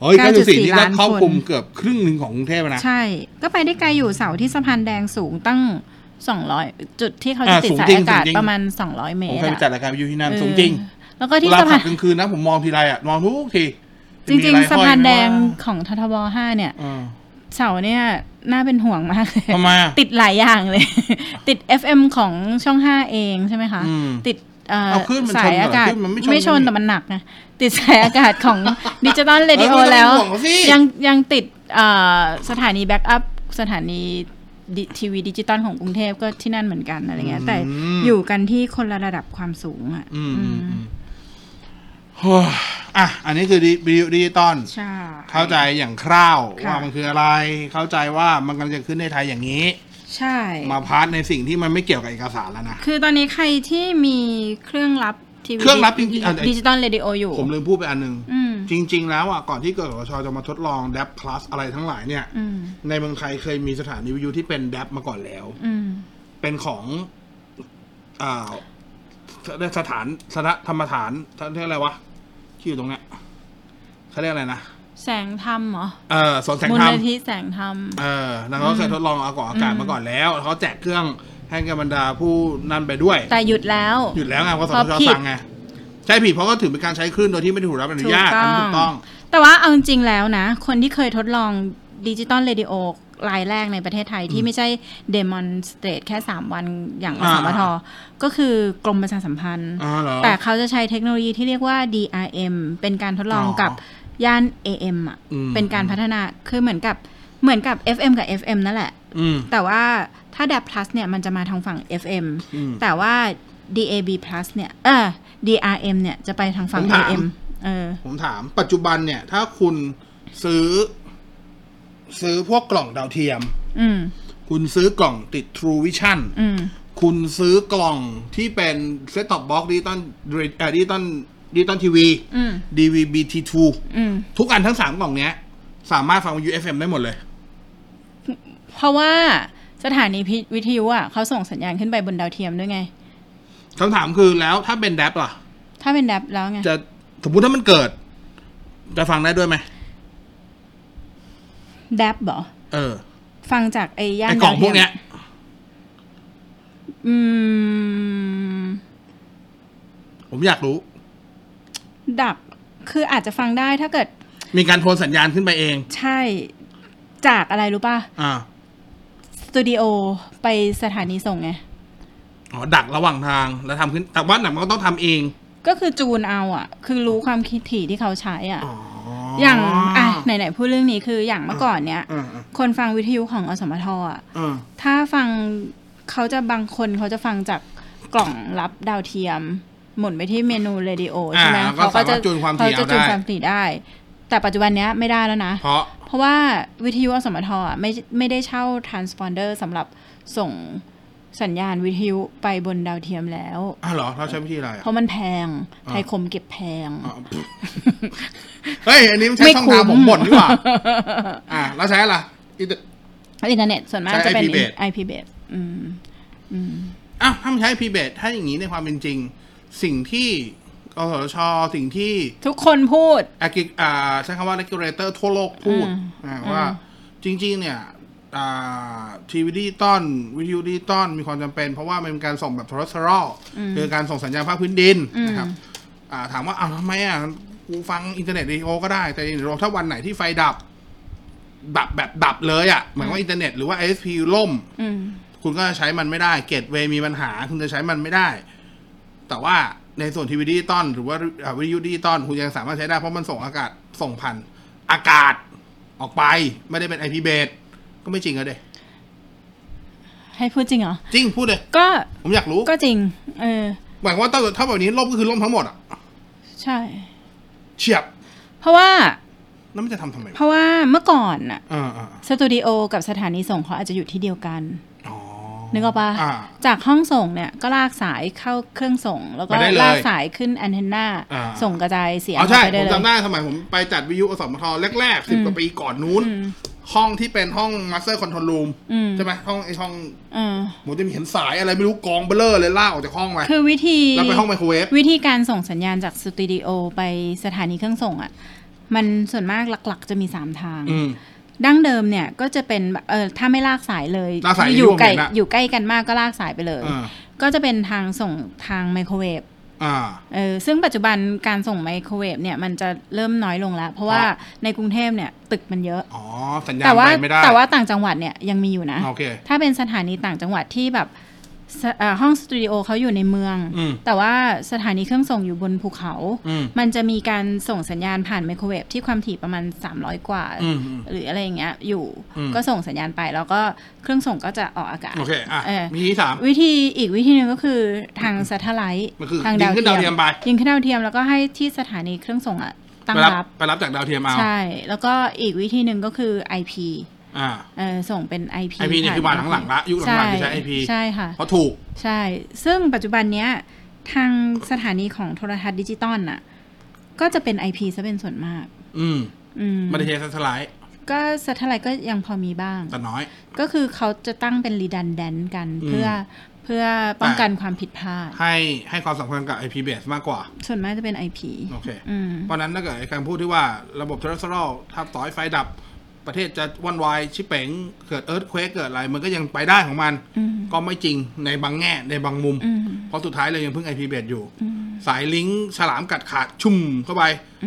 A: เฮ้ย
B: 9.4
A: เก้าจุดสี่นี่ก็
B: ล้านคน
A: ครอบคลุมเกือบครึ่งหนึ่งของกรุงเทพอะนะ
B: ใช่ ก็ไปได้ไกลอยู่เสาที่สะพานแดงสูงตั้ง 200 จุดที่เขาจะ
A: า
B: ติด
A: สูง
B: สาย
A: จริง
B: อากาศ
A: สูงจริง
B: ประมาณ 200 เม
A: ผมเคย
B: ตร
A: ไปจัด
B: อะ
A: รายการวิทยุที่นั่น
B: เออ
A: สูงจริง
B: แล้วก็
A: เว
B: ที่
A: ลา
B: สะ
A: ขับ
B: พาน
A: กลางคืนนะผมมองทีไรอะมองทุกที
B: จริง
A: มีอไห้อย
B: ๆ สะพานแดง
A: ว่า
B: ของททบห้าเนี่ย
A: อ่า
B: เสาเนี่ยน่าเป็นห่วงมากเลย
A: ทำไมอะ
B: ติดหลายอย่างเลย *laughs* ติด FM ของช่อง 5 เองใช่ไหมคะ
A: อืม
B: ติดเอ่อ
A: เอาขึ้นมันชน
B: สายอากาศ
A: เหรอขึ้นมันไม่ชน
B: ชน
A: นี่
B: แต่มันหนักนะ *laughs* ติดสายอากาศของ *laughs* ดิจิตอลเรดิโอ
A: เออไม่ต้อง
B: แล้ว
A: ห่วงสิ
B: ยังยังติดเอ่อสถานีแบ็กอัพสถานีดิทีวีดิจิตอลของกรุงเทพก็ที่นั่นเหมือนกันอะไรเงี้ยแต่อยู่กันที่คนละระดับความสูงอ่ะ
A: อืม
B: อื
A: อืม
B: ม
A: อืมเฮ้ยอ่ะอันนี้คือดิวิทยุดิจิตอล
B: ใช่
A: เข้าใจอย่างคร่าว
B: ค่ะ
A: ว่ามันคืออะไร เข้าใจว่ามันกำลังจะขึ้นในไทยอย่างนี้
B: ใช่
A: มาพาร์ทในสิ่งที่มันไม่เกี่ยวกับเอกสารแล้วนะ
B: คือตอนนี้ใครที่มีเครื่องรับทีวี
A: เครื่องรับจริงๆอ่ะ
B: ดิจิตอลเรดิโออยู่
A: ผมลืมพูดไปอันหนึ่ง
B: อืม
A: จริง ๆ แล้วอ่ะก่อนที่กสชจะมาทดลอง d a p Plus อะไรทั้งหลายเนี่ย
B: อืม
A: ในเมืองไทยเคยมีสถานีวิทยุที่เป็น d a p มาก่อนแล้ว
B: อืม
A: เป็นของอ่าสถานสถานธรรมฐานเขาเรียกอะไรวะชื่อตรงเนี้ยเขาเรียกอะไรนะ
B: แสงธรรมเหรอ
A: เออสวนแสง
B: มู
A: ธ
B: ล
A: รรม
B: นิธิแสงธรรม
A: เออแล้วเขาเคยทดลองเอากล่องอากาศ
B: อืม
A: มาก่อนแล้วแล้วเขาแจกเครื่องให้กับบรรดาผู้นั่นไปด้วย
B: แต่หยุดแล้ว
A: หยุดแล้วไงเพราะส
B: เพราะ
A: ทช
B: ผิด
A: สั่งไง ใช่ผิดเพราะก็ถือเป็นการใช้คลื่นโดยที่ไม่ได้ถูกรับอนุญาตอันนี้
B: ถูกต้อง
A: ถูกต้อง
B: แต่ว่าเอาจริงๆแล้วนะ คนที่เคยทดลองดิจิตอลเรดิโอรายแรกในประเทศไทยที่ไม่ใช่เดมอนสเตรทแค่ 3 วันอย่างอ
A: อ่า
B: สมทก็คือกรมประชาสัมพันธ์
A: อ๋อเหรอ
B: แต่เขาจะใช้เทคโนโลยีที่เรียกว่า DRM เป็นการทดลอง
A: อ๋อ
B: กับย่าน AM อ่ะ
A: อืม
B: เป็นการพัฒนาคือเหมือนกับเหมือนกับ FM กับ FM นั่นแหละ
A: อืม
B: แต่ว่าถ้า DAB+ Plus เนี่ยมันจะมาทางฝั่ง FM
A: อืม
B: แต่ว่า DAB+ Plus เนี่ยเออ DRM เนี่ยจะไปทางฝั่ง
A: ผมถาม
B: AM เออ
A: ผมถามปัจจุบันเนี่ย ถ้าคุณซื้อ ซื้อพวกกล่องดาวเทียม
B: อืม
A: คุณซื้อกล่องติด True Vision
B: อืม
A: คุณซื้อกล่องที่เป็นเซตท็อปบ็อกดิจิตอลดิจิตอลดิจิตอลทีวี
B: อืม
A: DVB-T2
B: อืม
A: ทุกอันทั้งสามกล่องเนี้ย สามารถฟัง UFM ได้หมดเลย
B: เพราะว่าสถานีพิวิทยุอ่ะเขาส่งสัญญาณขึ้นไปบนดาวเทียมด้วยไง
A: คำถามคือแล้วถ้าเป็นแดปล่ะ
B: ถ้าเป็นดับแล้วไง
A: จะสมมติถ้ามันเกิด จะฟังได้ด้วยไหม
B: ดับเหรอ
A: เออ
B: ฟังจากไอ้ย่าน
A: ไอ้กล่องพ
B: ดาที
A: วกเนี้ย
B: อืม
A: ผมอยากรู้
B: ดับ คืออาจจะฟังได้ถ้าเกิด
A: มีการโทรสัญญาณขึ้นไปเอง
B: ใช่ จากอะไรรู้ป่ะ
A: อ่า
B: สตูดิโอไปสถานีส่งไง
A: อ๋อดักระหว่างทางแล้วทำขึ้น แต่ว่าหนังมันก็ต้องทำเอง
B: ก็คือจูนเอาอ่ะ คือรู้ความคิดถี่ที่เขาใช้อ่ะ
A: อ๋อ
B: อ
A: อย่าง
B: อ่ะ ไหนๆพูดเรื่องนี้คืออย่างเมื่อก่อนเนี้ย
A: อ่าอ่า
B: คนฟังวิทยุของอสมทอ่ะ
A: อ่า
B: ถ้าฟังเขาจะบางคนเขาจะฟังจากกล่องรับดาวเทียม หมุนไปที่เมนูเรดิโอใช่ไหม
A: แล้วก็สามารถจูนความ
B: เขา
A: ถี่
B: จะ
A: เอา
B: จูน
A: ได้
B: ความถี่ได้ แต่ปัจจุบันเนี้ยไม่ได้แล้วนะ
A: เพราะ
B: เพราะว่าวิทยุอสมทอ่ะไม่ไม่ได้เช่าทรานสปอนเดอร์สำหรับส่งสัญญาณวิทยุไปบนดาวเทียมแล้ว
A: อ้าวเหรอ เราใช้วิธีอะไรอ่ะ
B: เพราะมันแพงไทยคมเก็บแพง
A: อ๋อ *laughs* เฮ้ย อันนี้มันใช้
B: ไม่
A: ช่อง
B: คุ้ม
A: ทางผมบ่น
B: *laughs*
A: ดีกว่า อ่าเราใช้อะไรอินเตอร์
B: อินเทอร์เน็ตส่วนมากจะเป็น
A: IP based
B: IP base อืมอืม
A: อ้าวถ้ามันใช้พีเบถ้าอย่างนี้ในความเป็นจริง สิ่งที่กสทชสิ่งที่
B: ทุกคนพูด
A: อากิอ่าใช้คำว่า regulator ทั่วโลกพูด
B: อืม
A: อ่าว่าจริง ๆ เนี่ยอ่าทีวีดิจิตอลวิทยุดิจิตอลมีความจำเป็น เพราะว่ามันเป็นการส่งแบบ terrestrial คือการส่งสัญญาณภาคพื้นดิน
B: อืม
A: นะครับอ่าถามว่าอ้าวทำไมอ่ะกูฟังอินเทอร์เน็ตเรดิโอก็ได้ แต่เรถ้าวันไหนที่ไฟดับ ดับแบบดับเลยอ่ะเหมือนว่าอินเทอร์เน็ตหรือว่า ISP ล่ม
B: อืม
A: คุณก็จะใช้มันไม่ได้ เกตเวย์มีปัญหา คุณจะใช้มันไม่ได้ แต่ว่าในส่วนทีวีดิจิตอลหรือว่าอ่าวิทยุดิจิตอลคุณยังสามารถใช้ได้เพราะมันส่งอากาศส่งผ่านอากาศออกไปไม่ได้เป็นไอพีเบสก็ไม่จริงอะเด้
B: ให้พูดจริงเหรอ
A: จริงพูดเลย
B: ก็
A: ผมอยากรู้
B: ก็จริง เออ
A: หมายความว่าถ้าเกิดถ้าแบบนี้ล่มก็คือล่มทั้งหมดอ่ะ
B: ใช่
A: เฉียบ
B: เพราะว่า
A: แล้วมันจะทำทำไม
B: เพ
A: วะ
B: ราะว่าเมื่อก่อนอะ
A: อ่าอ่า
B: สตูดิโอกับสถานีส่งเขาอาจจะอยู่ที่เดียวกัน
A: อ๋อ
B: นึกออกปะ
A: อ่า
B: จากห้องส่งเนี่ยก็ลากสายเข้าเครื่องส่ง แล้วก็
A: ไปได้เลย
B: ลากสายขึ้นแอนเทนนา
A: อ่า
B: ส่งกระจายเสียง
A: อ๋อใช่ผ
B: ไปได้
A: ม
B: เลย
A: จำได้สมัยผมไปจัดวิทยุอสมทแรกๆสิบกว่าปีก่อนนู้น
B: อืม
A: ห้องที่เป็นห้องมาสเตอร์คอนโทรลรูม
B: อืม
A: ใช่ไหมห้องไอห้อง
B: เออ
A: ผมจะมีเห็นสายอะไรไม่รู้กองเบลเลอร์เลยล่ากออกจากห้องไป
B: คือวิธี
A: แล้วไปห้องไมโครเวฟ
B: วิธีการส่งสัญญาณจากสตูดิโอไปสถานีเครื่องส่งอะ่ะ มันส่วนมากหลักๆ จะมี 3 ทาง
A: อืม
B: ดั้งเดิมเนี่ยก็จะเป็นแบบเออถ้าไม่ลากสายเลย
A: ลากสาย
B: อยู่ไกล
A: ที่ผมเห็นอะ
B: อยู่ใกล้กันมากก็ลากสายไปเลย
A: อ่า
B: ก็จะเป็นทางส่งทางไมโครเวฟ
A: อ่า
B: เออซึ่งปัจจุบันการส่งไมโครเวฟเนี่ยมันจะเริ่มน้อยลงแล้ว เพราะว่าในกรุงเทพเนี่ยตึกมันเยอะ
A: อ๋อ สัญญาณ
B: แต่ว่า
A: ไปไม่ได้
B: แต่ว่าต่างจังหวัดเนี่ยยังมีอยู่นะ
A: โอเค
B: ถ้าเป็นสถานีต่างจังหวัดที่แบบสเอ่อห้องสตูดิโอเขาอยู่ในเมือง
A: อืม
B: แต่ว่าสถานีเครื่องส่งอยู่บนภูเขา
A: อืม
B: มันจะมีการส่งสัญญาณผ่านไมโครเวฟที่ความถี่ประมาณ 300 กว่า
A: อืมอืม
B: หรืออะไรอย่างเงี้ยอยู่
A: อืม
B: ก็ส่งสัญญาณไปแล้วก็เครื่องส่งก็จะออกอากาศ
A: โอเค อ่ะ
B: เออ
A: มีที่สาม
B: วิธีอีกวิธีหนึ่งก็คือทางสัทไลท์
A: มันคือ
B: ทาง
A: ยิงขึ้นดาวเทียมไป
B: ยิงขึ้นดาวเทียมแล้วก็ให้ที่สถานีเครื่องส่งอะตั้ง
A: ไปรับ
B: รับ
A: ไปรับจากดาวเทียมเอา
B: ใช่ แล้วก็อีกวิธีหนึ่งก็คือ IP
A: อ่า
B: เออส่งเป็น IP
A: ไอพีเนี่ยคือมาหลังๆละยุคหลังๆคือใช้ไอพี
B: ใช่ค่ะ
A: เพราะถูก
B: ใช่ ซึ่งปัจจุบันเนี้ยทางสถานีของโทรทัศน์ดิจิตอลน่ะ ก็จะเป็น IP ซะเป็นส่วนมาก
A: อืม
B: อืม
A: มันจะใช้สไลด์
B: ก็สแตทไลท์ก็ยังพอมีบ้าง
A: แต่น้อย
B: ก็คือเขาจะตั้งเป็นรีดันแดนกัน
A: อืม
B: เพื่อเพื่อป้องกันความผิดพลาด
A: ให้ให้ความสำคัญกับ IP base มากกว่า
B: ส่วนมากจะเป็น IP
A: โอเค
B: อืม
A: เพราะฉะนั้นถ้าเกิดไอ้การพูดที่ว่าระบบเทอร์เรสเตอรัลถ้าต่อยไฟดับประเทศจะว่อนวายชิเป๋งเกิดเอิร์ธเควกเกิดอะไร มันก็ยังไปได้ของมัน
B: อืม
A: ก็ไม่จริงในบางแง่ในบางมุม
B: อืม
A: เพราะสุดท้ายเรายังพึ่ง IP base อยู่
B: อืม
A: สายลิงก์ฉลามกัดขาดชุ่มเข้าไป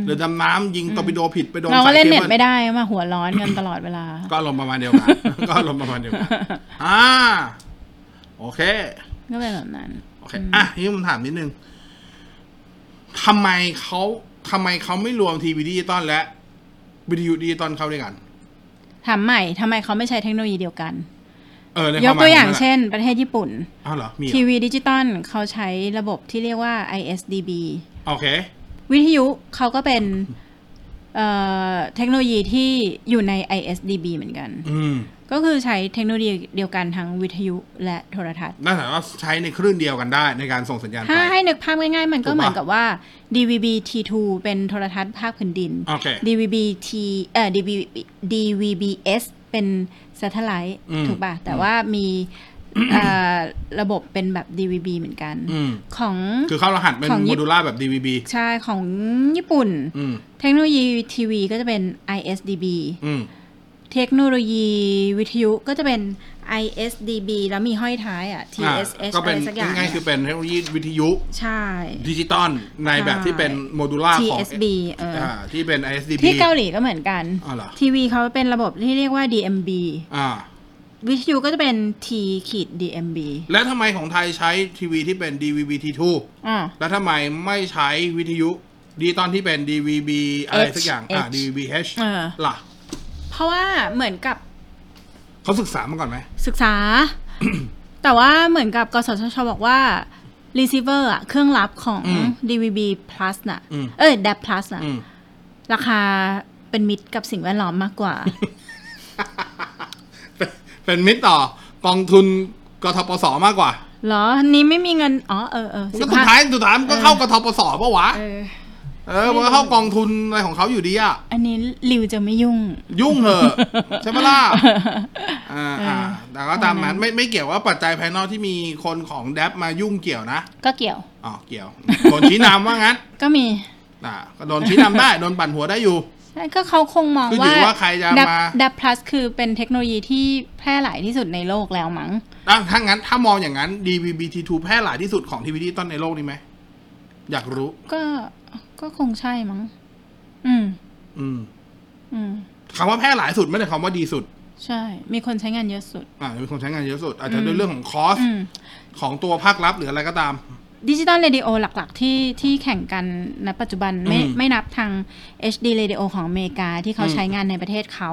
A: หรือดำน้ำยิงตอร์ปิโดผิดไปโดน
B: เรา
A: สา
B: ก็
A: ย
B: เล่น
A: เค
B: เน็ต
A: เบิล
B: ไม่ได้มาหัวร้อนกันตลอดเวลา
A: ก็ลมณ์ประมาณเดียวกัน *laughs* ก็ลมณ์ประมาณเดียวกันอ่าโอเค
B: ก็เป็นแบบนั้น
A: โอเค อ่ะ นี่ผมถามนิดนึง ทำไมเขาทำไมเขาไม่รวมทีวีดิจิตอลและวิทยุดิจิตอลเข้าด้วยกัน
B: ถามใหม่ทำไมเขาไม่ใช้เทคโนโลยีเดียวกัน
A: เออในค
B: ยก
A: มหม
B: ตัวอย่าง
A: ขข
B: เช่น ประเทศญี่ปุ่น
A: อ้าวเหรอ มีเหร
B: ที
A: อ
B: วีดิจิตอลเขาใช้ระบบที่เรียกว่า ISDB
A: โอเค
B: วิทยุเขาก็เป็นเอ่อเทคโนโลยีที่อยู่ใน ISDB เหมือนกัน
A: อืม
B: ก็คือใช้เทคโนโลยีเดียวกันทั้งวิทยุและโทรทัศน์
A: น่าจะว่าใช้ในคลื่นเดียวกันได้ในการส่งสัญญาณไป
B: ถ้าให้นึกภาพง่ายๆ มันก็เหมือนกับว่า DVB T2 เป็นโทรทัศน์ภาคพื้นดิน
A: โอเค
B: DVB T เอ่อ DVB DVBS เป็นสัทไลท์
A: อืม
B: ถูกป่ะ แต่ว่ามีเอ่อระบบเป็นแบบ DVB เหมือนกัน
A: อืม
B: ของ
A: คือเข้ารหัสเป็น
B: ของญี่
A: โม
B: ปุ่น
A: ดูล่าแบบ DVB
B: ใช่ของญี่ปุ่น
A: อืม
B: เทคโนโลยีทีวีก็จะเป็น ISDB
A: อืม
B: เทคโนโลยีวิทยุก็จะเป็น ISDB แล้วมีห้อยท้ายอ่ะ
A: อ่า
B: TSH
A: ก็
B: อะ
A: เป็
B: ไร
A: น
B: สักอย่าง
A: ง่ายๆคือเป็นเทคโนโลยีวิทยุ
B: ใช่
A: ดิจิตอลในแบบที่เป็นโมดูล่าของ
B: TSB เอออ
A: อ่าที่เป็น ISDB
B: ที่เกาหลีก็เหมือนกัน
A: อ๋อเหรอ
B: ทีวีเขาเป็นระบบที่เรียกว่า DMB
A: อ่า
B: วิทยุก็จะเป็น T ขีด DMB
A: แล้วทำไมของไทยใช้ทีวีที่เป็น DVB-T2
B: อ่า
A: แล้วทำไมไม่ใช้วิทยุดิจิตอนที่เป็น DVB อะไร
B: H
A: สักอย่าง อ่ะ
B: H
A: DVB-H
B: เออ
A: ล่ะ
B: เพราะว่าเหมือนกับ
A: เขาศึกษามาก่อนไหม *laughs*
B: ศึกษา *coughs* แต่ว่าเหมือนกับกสทชบอกว่า receiver อะเครื่องรับของ
A: อืม
B: DVB plus น่ะ
A: อืม
B: เอ้ย d a p plus น่ะ
A: อืม
B: ราคาเป็นมิตรกับสิ่งแวดล้อมมาก
A: *laughs*
B: กว่า
A: เป็นเป็นมิตรต่อกองทุนกทปสมากกว่า
B: เหรอ นี้ไม่มีเงิน อ๋อ เออเออ
A: ก็สุดท้ายสุดท้ายมันก็เข้ากทปสปะวะ
B: เออ
A: เออ มันก็เข้ากองทุนอะไรของเขาอยู่ดีอะ
B: อันนี้ลิวจะไม่ยุ่ง *laughs*
A: ยุ่งเหอะ *laughs* ใช่ไหมล่ะ อ่าอ่าแต่ก็ตามนั้นไม่ไม่เกี่ยวว่าปัจจัยภายนอกที่มีคนของแดบมายุ่งเกี่ยวนะ
B: ก็เกี่ยว
A: อ๋อ เกี่ยวโดนชี้นำว่างั้น *laughs*
B: ก็มี
A: อ่าก็โดนชี้นำได้ *laughs* โดนปั่นหัวได้อยู่
B: ใช่ก็เขาคงมอง
A: คืออ
B: ว่า
A: ยู่ว่าใครจะ
B: DAP
A: มา
B: DAP plus คือเป็นเทคโนโลยีที่แพร่หลายที่สุดในโลกแล้วมั้ง
A: อ่ะถ้างั้น ถ้ามองอย่างนั้น DVB-T2 แพร่หลายที่สุดของทีวีดิจิตอลในโลกนี้ไหม อยากรู้
B: ก็ ก็คงใช่มั้ง อืม
A: อืม
B: อืม
A: คำว่าแพร่หลายสุดไม่ได้คำว่าดีสุด
B: ใช่ มีคนใช้งานเยอะสุด
A: อ่ามีคนใช้งานเยอะสุด อาจจะด้วยเรื่องของคอส
B: อืม
A: ของตัวภาครัฐหรืออะไรก็ตาม
B: ดิจิตอลเรดิโอหลักๆ ที่ที่แข่งกันณปัจจุบันไม่
A: อืม
B: ไม่นับทาง HD เรดิโอของอเมริกาที่เขาใช้งานในประเทศเขา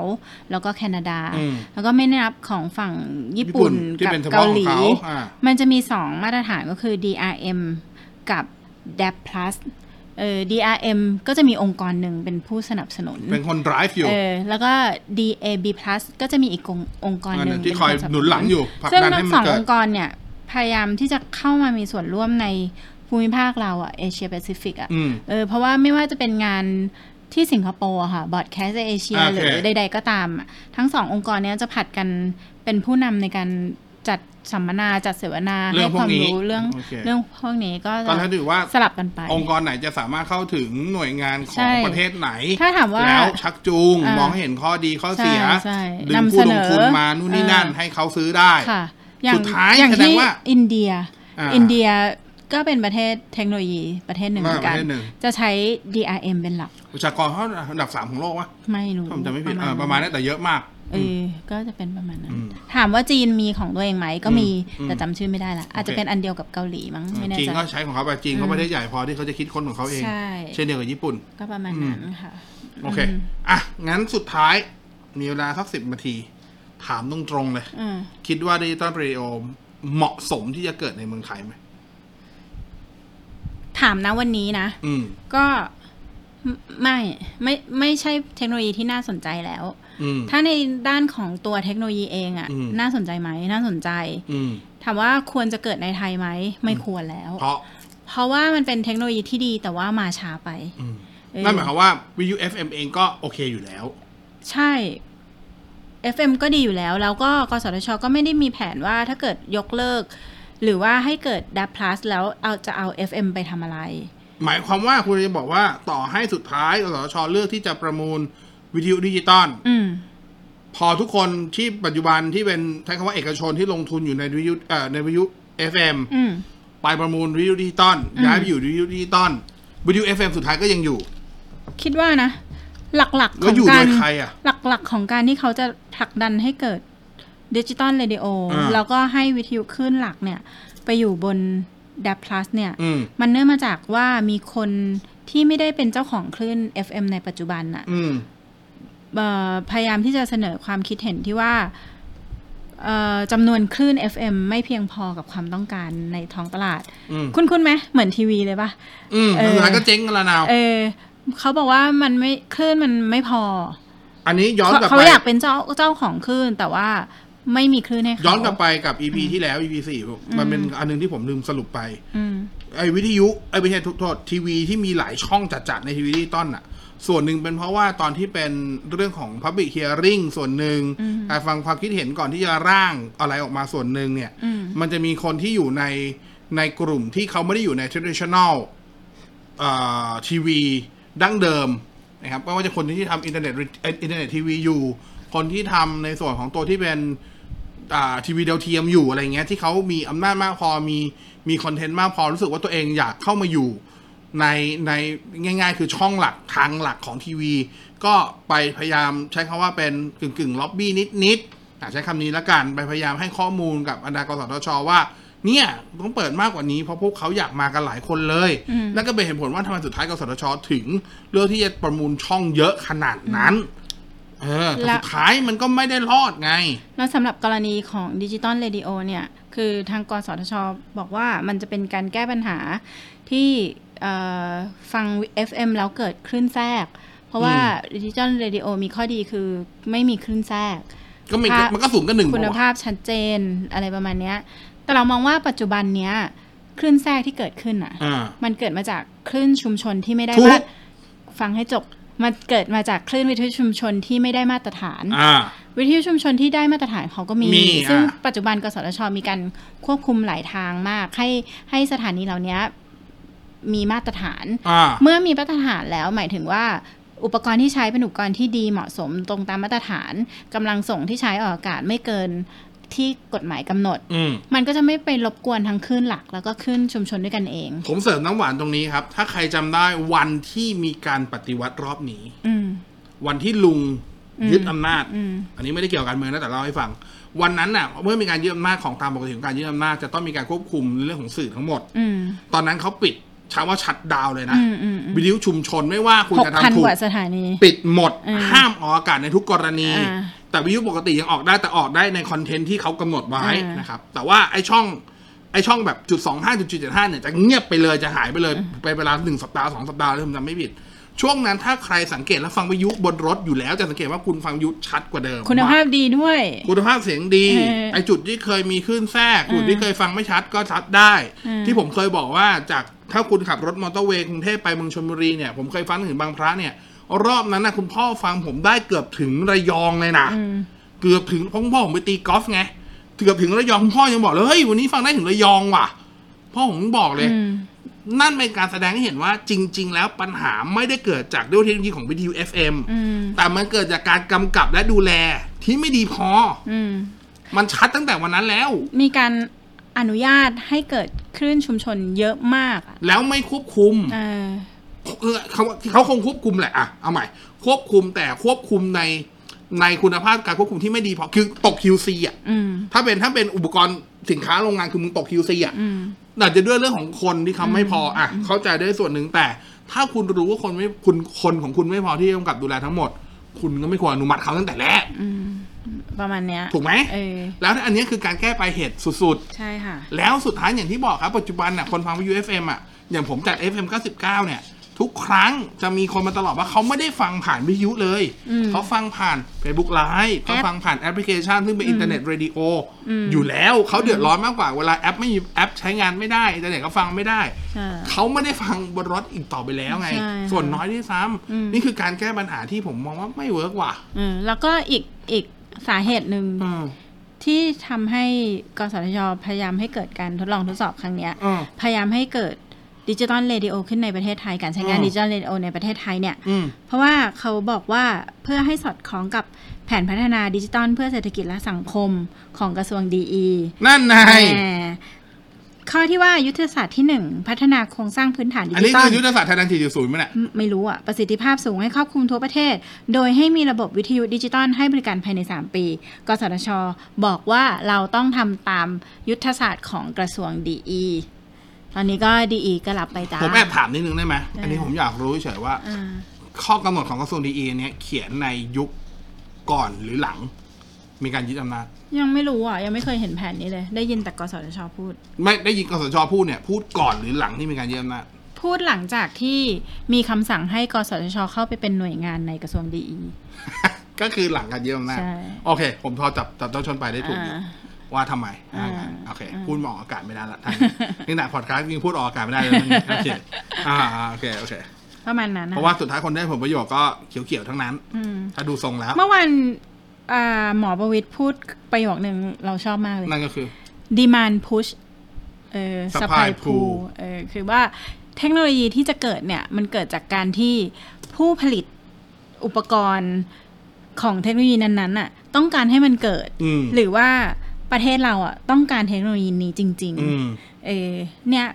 B: แล้วก็แคนาดา
A: อืม
B: แล้วก็ไม่นับของฝั่งญี่ปุ่น
A: ญี่ปุ่นที่
B: กับ
A: เป็นเฉพาะ
B: เกาหลี
A: ของเขาอ่า
B: มันจะมี 2 มาตรฐานก็คือ DRM กับ d a p Plus เอ่อ DRM ก็จะมีองค์กรหนึ่งเป็นผู้สนับสนุน
A: เป็นคน drive อยู่
B: เออแล้วก็ DAB Plus ก็จะมีอีกองค์องค์กรหนึ่
A: อันหนึ่
B: ง
A: งที่คอย
B: เป็
A: หนุนหลังอยู่ผลัก
B: ซึ่ง
A: ดันให้มัน
B: ทั้งสอง
A: เกิด
B: องค์กรเนี่ย พยายามที่จะเข้ามามีส่วนร่วมในภูมิภาคเราอะเอเชียแปซิฟิกอะ
A: อืม
B: เออเพราะว่าไม่ว่าจะเป็นงานที่สิงคโปร์อะค่ะบอดแคสเอเชีย
A: โอเค
B: หรือใดๆก็ตามอะทั้งสององค์กรเนี้ยจะผลัดกันเป็นผู้นำในการจัดสัมมนาจัดเสวนา
A: เรื่องพ
B: ให้
A: ว
B: ค
A: ก
B: วาม
A: นี้
B: รู้เรื่อง
A: โค
B: เรื่องพวกนี้ก็
A: ตอนนั้น
B: จะ
A: ถือว่า
B: สลับกันไป
A: องค์กรไหนจะสามารถเข้าถึงหน่วยงานขอ
B: ใช่
A: งประเทศไหน
B: ถ้าถามว่า
A: แล้วชักจูง
B: อ่ามม
A: องเห็นข้อดีข้อเสีย
B: ใช่ใช่
A: ดึง
B: นำ
A: ผู้
B: เส
A: ล
B: น
A: ง
B: อ
A: ทุนมานู่นนี่นั่น
B: อ่า
A: ให้เขาซื้อได้
B: ค่ะอย่าง
A: สุดท้าย
B: อย่าง
A: แสดง
B: ที่
A: ว่า
B: อินเดีย
A: อ่า
B: อินเดียก็เป็นประเทศเทคโนโลยีประเทศหนึ่งเห
A: มาก
B: มือน
A: ป
B: กั
A: ระ
B: น
A: เทศหนึ่ง
B: จะใช้ DRM เป็นหลัก
A: ประชากรเขาอันดับสามของโลกวะ
B: ไม่รู้
A: ถ้าผมจำไม่ผิดเออประมาณนี้แต่เยอะมาก
B: เออก็จะเป็นประมาณนั้น
A: อืม
B: ถามว่าจีนมีของตัวเองไหมก็มี
A: อืม
B: แต่จำชื่อไม่ได้ละ อาจจะ
A: โอเค
B: เป็นอันเดียวกับเกาหลีมั้งไม่แน่
A: จีน
B: ใจ
A: ก็ใช้ของเขาไปจีนเขาประเทศใหญ่พอที่เขาจะคิดค้นของเขาเอง
B: ใช่
A: เช่นเดียวกับญี่ปุ่น
B: ก็ประมาณนั้นค่ะ
A: โอเค
B: ม
A: อ่ะ งั้นสุดท้าย มีเวลาสักสิบนาที ถามตรงๆเลย
B: อ่า
A: คิดว่าดิจิตอลเรดิโอเหมาะสมที่จะเกิดในเมืองไทยไหม
B: ถามนะวันนี้นะ
A: อืม
B: ก็ไม่ไม่ไม่ใช่เทคโนโลยีที่น่าสนใจแล้ว
A: อืม
B: ถ้าในด้านของตัวเทคโนโลยีเองอะ
A: อืม
B: น่าสนใจไหมน่าสนใจ
A: อืม
B: ถามว่าควรจะเกิดในไทยไหมไม่ควรแล้ว
A: เพราะ
B: เพราะว่ามันเป็นเทคโนโลยีที่ดีแต่ว่ามาช้าไป
A: อืม
B: เออ
A: นั่นหมายความว่าวิ FM เองก็โอเคอยู่แล้ว
B: ใช่ FM ก็ดีอยู่แล้ว แล้วก็กสทช ก็ไม่ได้มีแผนว่าถ้าเกิดยกเลิก หรือว่าให้เกิดดับพลัสแล้วเอาจะเอา FM ไปทำอะไร
A: หมายความว่าคุณจะบอกว่าต่อให้สุดท้ายกสทชเลือกที่จะประมูลวิทยุดิจิตอล
B: อืม
A: พอทุกคนที่ปัจจุบันที่เป็นใช้คำว่าเอกชนที่ลงทุนอยู่ในวิทยุเอ่อในวิทยุ FM
B: อืม
A: ไปประมูลวิทยุดิจิตอล
B: อืม
A: ย้ายไปอยู่วิทยุดิจิตอลวิทยุ FM สุดท้ายก็ยังอยู่
B: คิดว่านะ หลักๆข
A: แล้
B: อ
A: ว
B: ง
A: อยู่
B: กา
A: โด
B: ร
A: ยใครอ่ะ
B: หลักๆของการที่เขาจะผลักดันให้เกิดดิจิตอลเรดิโอ
A: อ่า
B: แล้วก็ให้วิทยุคลื่นหลักเนี่ย ไปอยู่บนดับพลัสเนี่ย
A: อืม
B: มันเนื่องมาจากว่ามีคนที่ไม่ได้เป็นเจ้าของคลื่น FM ในปัจจุบันน่ะ
A: อืม
B: เอ่อพยายามที่จะเสนอความคิดเห็นที่ว่าเอ่อจำนวนคลื่น FM ไม่เพียงพอกับความต้องการในท้องตลาด
A: อืม
B: คุ้นๆไหมเหมือนทีวีเลยปะ
A: อืม
B: เออ
A: แล้วสุดท้ายก็เจ๊งกันละนาว
B: เออเขาบอกว่ามันไม่คลื่นมันไม่พอ
A: อันนี้ย้อน
B: เขา
A: กลับ
B: เขา
A: ไป
B: อยากเป็นเจ้าเจ้าของคลื่นแต่ว่าไม่มีคลื่นให้เขา
A: ย้อนกลับไปกับ EP ที่แล้ว EP สี่มันเป็น
B: อืม
A: อันหนึงที่ผมลืมสรุปไป
B: อืม
A: ไอ้วิทยุไอ้ไม่ใช่ทุกโทษทีวีที่มีหลายช่องจัดๆในทีวีดิจิตอลน่ะ ส่วนหนึ่งเป็นเพราะว่าตอนที่เป็นเรื่องของ Public Hearing ส่วนหนึ่ง
B: อืม
A: การฟังความคิดเห็นก่อนที่จะร่างอะไรออกมาส่วนหนึ่งเนี่ย
B: อืม
A: มันจะมีคนที่อยู่ในในกลุ่มที่เขาไม่ได้อยู่ใน traditional ทีวีดั้งเดิมนะครับไม่ว่าจะคนที่ทำอินเทอร์เน็ตอินเทอร์เน็ตทีวีอยู่ คนที่ทำในส่วนของตัวที่เป็นทีวีดาวเทียมอยู่อะไรเงี้ยที่เขามีอำนาจมากพอมีมีคอนเทนต์มากพอรู้สึกว่าตัวเองอยากเข้ามาอยู่ ในในง่าย ๆ คือช่องหลักทางหลักของทีวี ก็ไปพยายามใช้คำาว่าเป็นกึ่งกึ่งล็อบบี้นิดนิดๆอ่ะใช้คำนี้ละกันไปพยายามให้ข้อมูลกับบรรดากสทชว่า เนี่ยต้องเปิดมากกว่านี้เพราะพวกเขาอยากมากันหลายคนเลย
B: อืม
A: นั่นก็เป็นเหตุผลว่าทำไมสุดท้ายกสทชถึงเลือกที่จะประมูลช่องเยอะขนาดนั้น เออแต่สุดท้ายมันก็ไม่ได้รอดไง
B: แล้วสำหรับกรณีของดิจิตอลเรดิโอเนี่ย คือทางกสทช บอกว่ามันจะเป็นการแก้ปัญหาที่เอ่อฟัง FM แล้วเกิดคลื่นแทรก เพราะว่าดิจิตอลเรดิโอมีข้อดีคือไม่มีคลื่นแทรก
A: ก็มัน
B: ค่ะ
A: มันก็สูงกันหนึ่ง
B: คุณ
A: ปะวะ
B: ภาพชัดเจนอะไรประมาณเนี้ย แต่เรามองว่าปัจจุบันเนี้ยคลื่นแทรกที่เกิดขึ้นอ่ะ
A: อ่า
B: มันเกิดมาจากคลื่นชุมชนที่ไม่ได้
A: ถูก
B: มาฟังให้จบ มันเกิดมาจากคลื่นวิทยุชุมชนที่ไม่ได้มาตรฐาน
A: อ่า
B: วิทยุชุมชนที่ได้มาตรฐานเขาก็มี
A: มี
B: ซึ่ง
A: อ่ะ
B: ปัจจุบันกสทช มีการควบคุมหลายทางมาก ให้ให้สถานีเหล่านี้มีมาตรฐาน
A: อ่า
B: เมื่อมีมาตรฐานแล้วหมายถึงว่า อุปกรณ์ที่ใช้เป็นอุปกรณ์ที่ดีเหมาะสมตรงตามมาตรฐานกำลังส่งที่ใช้ออกอากาศไม่เกินที่กฎหมายกำหนด
A: อืม
B: มันก็จะไม่ไปรบกวนทั้งคลื่นหลัก แล้วก็คลื่นชุมชนด้วยกันเอง
A: ผมเสริมน้ำหวานตรงนี้ครับ ถ้าใครจำได้วันที่มีการปฏิวัติรอบนี้
B: อืม
A: วันที่ลุง
B: อืม
A: ยึดอำนาจ
B: อืม
A: อันนี้ไม่ได้เกี่ยวกับการเมืองนะแต่เล่าให้ฟัง วันนั้นน่ะเมื่อมีการยึดอำนาจของตามปกติของการยึดอำนาจจะต้องมีการควบคุมเรื่องของสื่อทั้งหมด
B: อืม
A: ตอนนั้นเขาปิดช้าว่าชัดดาวน์เลยนะ
B: อืมอืมอืม
A: วิทยุชุมชนไม่ว่าคุณ
B: หก
A: จะ
B: พัน
A: ทำถู
B: ก
A: ก
B: ว่าสถานี
A: ปิดหมด
B: อืม
A: ห้ามออกอากาศในทุกกรณี
B: อ่า
A: แต่วิทยุปกติยังออกได้แต่ออกได้ในคอนเทนต์ที่เขากำหนดไว้
B: อ่าน
A: นะครับแต่ว่าไอช่อง ไอช่องแบบจุดสองห้าจุดเจ็ดห้าเนี่ยจะเงียบไปเลยจะหายไปเลยไปเวลาหนึ่งสัปดาห์สองสัปดาห์เลยผมจำไม่ผิด ช่วงนั้นถ้าใครสังเกตและฟังวิทยุบนรถอยู่แล้วจะสังเกตว่าคุณฟังวิทยุชัดกว่าเดิม
B: คุณภาพดีด้วย
A: คุณภาพเสียงดี
B: เออ
A: ไอจุดที่เคยมีคลื่นแทรกจุดที่เคยฟังไม่ชัดก็ชัดได้
B: อืม
A: ที่ผมเคยบอกว่าจากถ้าคุณขับรถมอเตอร์เวย์กรุงเทพไปเมืองชลบุรีเนี่ยผมเคยฟังถึงบางพระเนี่ย รอบนั้นนะคุณพ่อฟังผมได้เกือบถึงระยองเลยนะ
B: อืม
A: เกือบถึงเพ่อพ่อผมไปตีกอล์ฟไงเกือบถึงระยองพ่อยังบอกเลยเฮ้ยวันนี้ฟังได้ถึงระยองว่ะ พ่อผมบอกเลย
B: อืม
A: นั่นเป็นการแสดงให้เห็นว่าจริง ๆ แล้วปัญหาไม่ได้เกิดจากด้วยเทคโนโลยีของวิทยุ FM
B: อืม
A: แต่มันเกิดจากการกำกับและดูแลที่ไม่ดีพอ
B: อืม
A: มันชัดตั้งแต่วันนั้นแล้ว
B: มีการอนุญาตให้เกิดคลื่นชุมชนเยอะมากอะ
A: แล้วไม่ควบคุม
B: เออ
A: คือเขาเขาคงควบคุมแหละอ่ะเอาใหม่ ควบคุมแต่ควบคุมในในคุณภาพการควบคุมที่ไม่ดีพอคือตก QC อ่ะ
B: อืม
A: ถ้าเป็นถ้าเป็นอุปกรณ์สินค้าโรงงานคือมึงตก QC อ่ะ
B: อืม
A: อาจจะด้วยเรื่องของคนที่เขาไม่พออ่ะเข้าใจได้ส่วนหนึ่งแต่ ถ้าคุณรู้ว่าคนไม่คุณคนของคุณไม่พอที่จะกำกับดูแลทั้งหมด คุณก็ไม่ควรอนุมัติเขาตั้งแต่แรก
B: อืม ประมาณเนี้ย
A: ถูกไหม
B: เออ
A: แล้วอันนี้คือการแก้ไปลายเหตุสุด
B: ใช่ค่ะ
A: ๆ แล้วสุดท้ายอย่างที่บอกครับ ปัจจุบันน่ะคนฟังวิทยุ FM อ่ะอย่างผมจัด FM 99 เนี่ย ทุกครั้งจะมีคนมาตลอดว่าเขาไม่ได้ฟังผ่านวิทยุเลย
B: อืม
A: เขาฟังผ่าน Facebook Live เขาฟังผ่านแอปพลิเคชันซึ่งเป็นอินเทอร์เน็ตเรดิโออ
B: ม
A: อยู่แล้วเขาเดือดร้อนมากกว่าเวลาแอปไม่มีแอปใช้งานไม่ได้อินเทอร์เน็ตก็ฟังไม่ได้
B: ใช่
A: เขาไม่ได้ฟังบนรถอีกต่อไปแล้วไง
B: ใช่ค่ะ
A: ส่วนน้อยด้วยซ้
B: อืม
A: ำนี่คือการแก้ปัญหาที่ผมมองว่าไม่เวิร์กว่ะ
B: เออแล้วก็อีกอีกสาเหตุหนึ่ง
A: อืม
B: ที่ทำให้กสทชพยายามให้เกิดการทดลองทดสอบครั้งเนี้ย
A: อืม
B: พยายามให้เกิดดิจิตอลเรดิโอขึ้นในประเทศไทย การใช้งาน
A: อืม
B: ดิจิตอลเรดิโอในประเทศไทยเนี่ย
A: อืม
B: เพราะว่าเขาบอกว่าเพื่อให้สอดคล้องกับแผนพัฒนาดิจิตอลเพื่อเศรษฐกิจและสังคมของกระทรวงดีอี
A: นั่นไง
B: ข้อที่ว่ายุทธศาสตร์ที่หนึ่งพัฒนาโครงสร้างพื้นฐานดิ
A: อัน
B: จิ
A: นี้
B: ตอ
A: คื
B: ล
A: อยุทธศาสตร์ไทยแลนด์4.0ไหมั้ยเนี่ย
B: ไม่ไม่รู้อ่ะ ประสิทธิภาพสูงให้ครอบคลุมทั่วประเทศ โดยให้มีระบบวิทยุดิจิตอลให้บริการภายใน 3 ปี กสทช บอกว่าเราต้องทำตามยุทธศาสตร์ของกระทรวงดีอีตอนนี้ก็ดีอีก็รับไปจ้า
A: ผมแอบถามนิดนึงได้ไหม
B: ได้
A: อันนี้ผมอยากรู้เฉยๆว่า
B: อ่า
A: ข้อกำหนดของกระทรวงดีเอเนี่ยเขียนในยุคก่อนหรือหลัง มีการยึดอำนาจ
B: ยังไม่รู้อ่ะยังไม่เคยเห็นแผนนี้เลย ได้ยินแต่กสทช พูด
A: ไม่ได้ยินกสชพูดเนี่ยพูดก่อนหรือหลังที่มีการยึดอำนาจ *laughs*
B: พูดหลังจากที่มีคำสั่งให้กสทช เข้าไปเป็นหน่วยงานในกระทรวงดีอี
A: ก็คือหลังการยึดอำนาจ
B: ใช่
A: โอเค ผมพอจับจับต้นชนไปลายได้ถูกอยู่ ว่าทำไมอ่าโอเค พูดมาออกอากาศไม่ได้ละท่าน
B: *laughs*
A: นี่หนักพอดคาสต์ยังพูดออกอากาศไม่ได้เลยนะโอเคอ่าอ่าโอเค โอเค
B: ประมาณนั้นน
A: เพราะว่าสุดท้ายคนได้ผลประโยชน์ก็เขียวๆทั้งนั้น
B: อืม
A: ถ้าดูทรงแล้ว
B: เมื่อวันอ่าหมอประวิทย์พูดประโยคหนึ่งเราชอบมากเลย
A: นั่นก็คือ
B: demand push เออ
A: Supply
B: supply
A: pull
B: pull เออคือว่าเทคโนโลยีที่จะเกิดเนี่ย มันเกิดจากการที่ผู้ผลิตอุปกรณ์ของเทคโนโลยีนั้นๆน่ะต้องการให้มันเกิด
A: อืม
B: หรือว่าประเทศเราอ่ะต้องการเทคโนโลยีนี้จริง
A: อืม
B: ๆ เออเนี่ย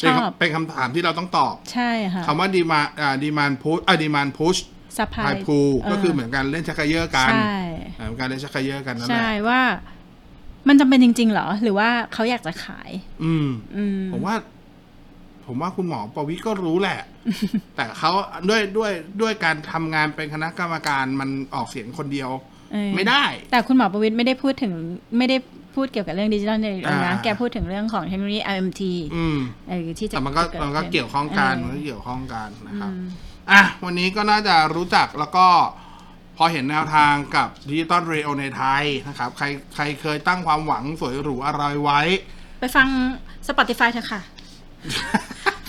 B: ช
A: เป็น
B: อบ
A: คำเป็นคำถามที่เราต้องตอบ
B: ใช่ค่ะ
A: คำว่าดีมาอ่าดีมานพุชอ่าดีมานพุช
B: supply
A: ไฮพู
B: เ
A: ก็คือเหมือนกันเล่นชักเขยอกัน
B: ใช่
A: อ่าเหมือนการเล่นชักเขยอกันนั่นแห
B: ใช่
A: ละ
B: ว่ามันจำเป็นจริง ๆ เหรอ หรือว่าเขาอยากจะขาย
A: อืม
B: อืม
A: ผมว่า ผมว่าคุณหมอประวิตรก็รู้
B: *laughs*
A: แหละ แต่เขาด้วยด้วยด้วยการทำงานเป็นคณะกรรมการมันออกเสียงคนเดียว
B: เออ
A: ไม่ได้
B: แต่คุณหมอประวิทย์ไม่ได้พูดถึงไม่ได้พูดเกี่ยวกับเรื่องดิจิทัลเลยนะ
A: อ่า
B: แกพูดถึงเรื่องของเทคโนโลยี RMT
A: อืม
B: เออที่จะ
A: แต่มันก็
B: จะด
A: มันก็
B: ขึ้
A: เกี่ยวข้องกัน
B: เ
A: มันก็เกี่ยวข้องกันนะครับ
B: อืม
A: อ่ะ วันนี้ก็น่าจะรู้จักแล้วก็พอเห็นแนวทางกับดิจิตอลเรโอในไทยนะครับ ใครใครเคยตั้งความหวังสวยหรูอะไรไว้
B: ไปฟัง Spotify เถอะ
A: *laughs*
B: ค่ะ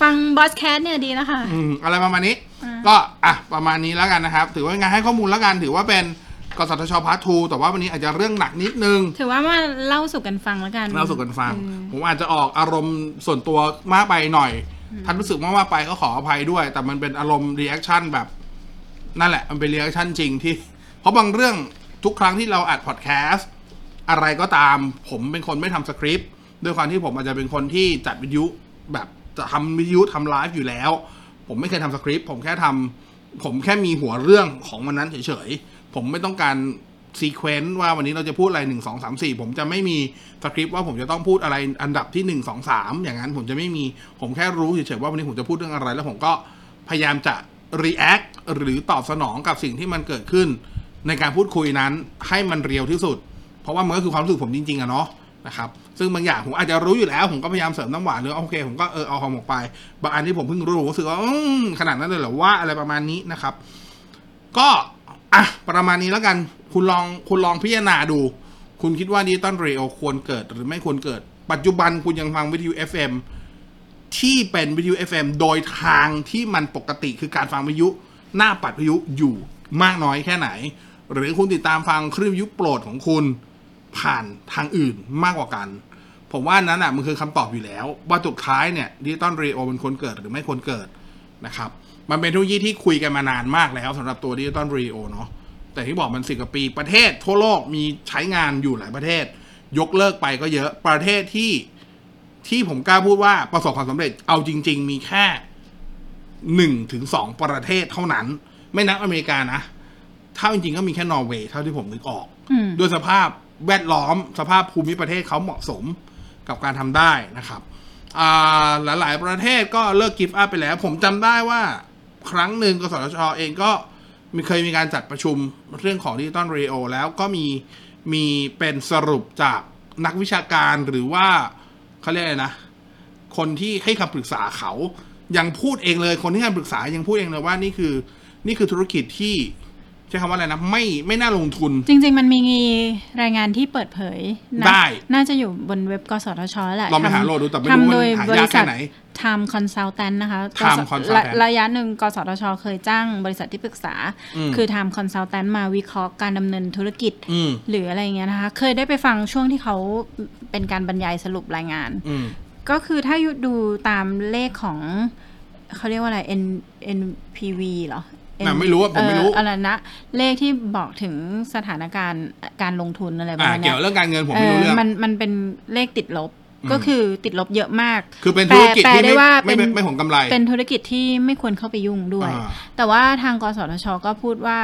B: ฟังบอสแคสเนี่ยดีแล้วค่ะ
A: อืมอะไรประมาณนี้
B: อ่า
A: ก็อ่ะประมาณนี้แล้วกันนะครับ ถือว่าเป็นงานให้ข้อมูลแล้วกัน ถือว่าเป็นกสทชพาร์ททูแต่ว่าวันนี้อาจจะเรื่องหนักนิดนึง
B: ถือว่ามาเล่าสู่กันฟังแล้วกัน
A: เล่าสู่กันฟัง
B: เออ
A: ผมอาจจะออกอารมณ์ส่วนตัวมากไปหน่อย ท่านรู้สึกมากมากไปก็ขออภัยด้วย แต่มันเป็นอารมณ์รีแอคชั่นแบบ นั่นแหละ มันเป็นรีแอคชั่นจริงที่ เพราะบางเรื่องทุกครั้งที่เราอัดพอดแคสต์อะไรก็ตาม ผมเป็นคนไม่ทำสคริปต์ด้วยความที่ผมอาจจะเป็นคนที่จัดวิทยุแบบจะทำวิทยุทำไลฟ์อยู่แล้ว ผมไม่เคยทำสคริปต์ผมแค่ทำผมแค่มีหัวเรื่องของวันนั้นเฉยๆ ผมไม่ต้องการซีเควนต์ว่าวันนี้เราจะพูดอะไรหนึ่งสองสามสี่ผมจะไม่มีสคริปต์ว่าผมจะต้องพูดอะไรอันดับที่หนึ่งสองสามอย่างนั้นผมจะไม่มีผมแค่รู้เฉยๆว่าวันนี้ผมจะพูดเรื่องอะไร แล้วผมก็พยายามจะ react หรือตอบสนองกับสิ่งที่มันเกิดขึ้น ในการพูดคุยนั้นให้มันเรียวที่สุด เพราะว่ามันก็คือความรู้สึกผมจริงๆอะเนาะ นะครับซึ่งบางอย่างผมอาจจะรู้อยู่แล้ว ผมก็พยายามเสริมน้ำหวานหรือโอเค ผมก็เออเอาหอมออกไป บางอันที่ผมเพิ่งรู้ผมรู้สึกว่าอืมขนาดนั้นเลยเหรอว่าอะไรประมาณนี้นะครับ ก็อ่ะประมาณนี้แล้วกัน คุณลองคุณลองพิจารณาดู คุณคิดว่าดิจิตอลเรโอควรเกิดหรือไม่ควรเกิด ปัจจุบันคุณยังฟังวิทยุ FM ที่เป็นวิทยุ FM โดยทางที่มันปกติคือการฟังวิทยุหน้าปัดวิทยุอยู่มากน้อยแค่ไหน หรือคุณติดตามฟังคลื่นวิทยุโปรดของคุณผ่านทางอื่นมากกว่ากัน ผมว่านั้นอ่ะมันคือคำตอบอยู่แล้ว ว่าสุดท้ายเนี่ยดิจิตอลเรโอมันควรเกิดหรือไม่ควรเกิดนะครับ มันเป็นเทคโนโลยีที่คุยกันมานานมากแล้วสำหรับตัวดิจิตอลเรโอเนาะแต่ที่บอกมันสิบกว่าปีประเทศทั่วโลกมีใช้งานอยู่หลายประเทศ ยกเลิกไปก็เยอะประเทศที่ ที่ผมกล้าพูดว่าประสบความสำเร็จเอาจริง ๆ มีแค่หนึ่งถึงสองประเทศเท่านั้น ไม่นับอเมริกานะ ถ้าจริง ๆ ก็มีแค่นอร์เวย์เท่าที่ผมนึกออก
B: อืม
A: ด้วยสภาพแวดล้อมสภาพภูมิประเทศเขาเหมาะสมกับการทำได้นะครับอ่าหลาย ๆ ประเทศก็เลิกกิฟต์อัพไปแล้ว ผมจำได้ว่าครั้งหนึ่งกสทชเองก็มีเคยมีการจัดประชุมเรื่องของดิจิตอลเรโอแล้วก็มีมีเป็นสรุปจากนักวิชาการหรือว่าเขาเรียกอะไรนะ คนที่ให้คำปรึกษาเขายังพูดเองเลย คนที่ให้คำปรึกษายังพูดเองเลยว่านี่คือนี่คือธุรกิจที่ใช้คำว่าอะไรนะไม่ไม่น่าลงทุน
B: จริง ๆ มันมีรายงานที่เปิดเผยนะ
A: ได้
B: น่าจะอยู่บนเว็บกสทชแหละ
A: ลองไปหา
B: ทำ
A: โหลดดูแต่ไม่รู้
B: ทำ
A: ว่า
B: โดย
A: หา
B: บ
A: ยาก
B: ริ
A: แค่
B: ษัท
A: ไหน
B: Time Consultant นะคะ
A: Time
B: กส
A: Consultant
B: ระระยะหนึ่งกสทช เคยจ้างบริษัทที่ปรึกษา
A: อืม
B: คือ Time Consultant มาวิเคราะห์การดำเนินธุรกิจ
A: อืม
B: หรืออะไรอย่างเงี้ยนะคะ เคยได้ไปฟังช่วงที่เขาเป็นการบรรยายสรุปรายงาน
A: อืม
B: ก็คือถ้าดูตามเลขของเขาเรียกว่าอะไร N NPV เหรอ N-
A: น่ะไม่รู้อะผมไม่รู้
B: เอ่ออะไรนะ เลขที่บอกถึงสถานการณ์การลงทุนอะไรประ
A: อ่า
B: มาณ
A: เกี่
B: เนี้
A: ย
B: ยว
A: เรื่องการเงินผม
B: เอ
A: ไม่รู้
B: อ
A: เรื่อง
B: มันมันเป็นเลขติดลบ
A: อืม
B: ก็คือติดลบเยอะมาก
A: คือเป็นธุรกิจ
B: แปล
A: ที่
B: ได้
A: ไม่
B: ว่า
A: ไม่
B: เป็น
A: ไม่ผลกำไร
B: เป็นธุรกิจที่ไม่ควรเข้าไปยุ่งด้วย
A: อ่า
B: แต่ว่าทางกสทช ก็พูดว่า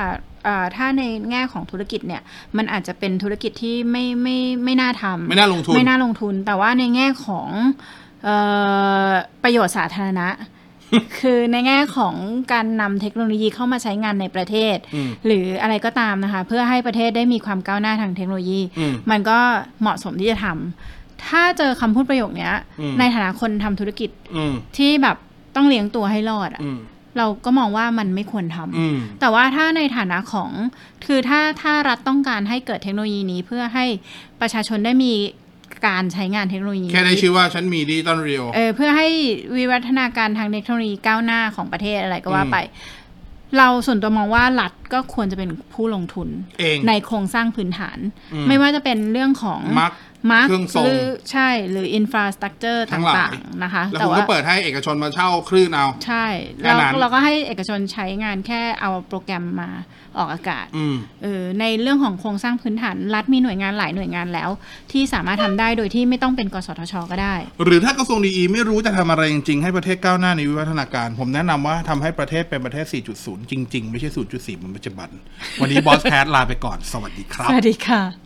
B: อ่าถ้าในแง่ของธุรกิจเนี่ย มันอาจจะเป็นธุรกิจที่ไม่ไม่ไม่น่าทำ
A: ไม่น่าลงทุน
B: ไม่น่าลงทุนแต่ว่าในแง่ของเออประโยชน์สาธาร
A: *laughs*
B: ณะ คือในแง่ของการนำเทคโนโลยีเข้ามาใช้งานในประเทศ
A: อืม
B: หรืออะไรก็ตามนะคะ เพื่อให้ประเทศได้มีความก้าวหน้าทางเทคโนโลยี
A: อืม
B: มันก็เหมาะสมที่จะทำถ้าเจอคำพูดประโยคเนี้ย
A: อืม
B: ในฐานะคนทำธุรกิจ
A: อืม
B: ที่แบบต้องเลี้ยงตัวให้รอดอะ
A: อืม
B: เราก็มองว่ามันไม่ควรทำ
A: อืม
B: แต่ว่าถ้าในฐานะของคือถ้าถ้ารัฐต้องการให้เกิดเทคโนโลยีนี้เพื่อให้ประชาชนได้มีการใช้งานเทคโนโลยี
A: แค่ได้ชื่อว่าฉันมีดิจิตอลเรียล
B: เออเพื่อให้วิวัฒนาการทางเทคโนโลยีก้าวหน้าของประเทศอะไรก็ว่าไป เราส่วนตัวมองว่ารัฐก็ควรจะเป็นผู้ลงทุน
A: เอง
B: ในโครงสร้างพื้นฐาน
A: อืม
B: ไม่ว่าจะเป็นเรื่องของ
A: มัก
B: มาร์
A: เครื่องทรง
B: หรือใช่หรืออินฟราสตรักเจอร์
A: ทั้
B: ต
A: งหลาย
B: ่างๆนะคะ
A: แล้วผมก็เปิดให้เอกชนมาเช่าคลื่นเอา
B: ใช่
A: แค่
B: แล้ว
A: นั้น
B: เราก็ให้เอกชนใช้งานแค่เอาโปรแกรมมาออกอากาศ
A: อืม
B: เออในเรื่องของโครงสร้างพื้นฐานรัฐมีหน่วยงานหลายหน่วยงานแล้ว ที่สามารถทำได้โดยที่ไม่ต้องเป็นกสทช ก็ได้
A: หรือถ้ากระทรวงดีอีไม่รู้จะทำอะไรจริงๆ ให้ประเทศก้าวหน้าในวิวัฒนาการ ผมแนะนำว่าทำให้ประเทศเป็นประเทศ 4.0 จริง ๆ ไม่ใช่ 0.4 เหมือนปัจจุบัน วันนี้บอสแคทลาไปก่อนสวัสดีครับ
B: สวัสดีค่ะ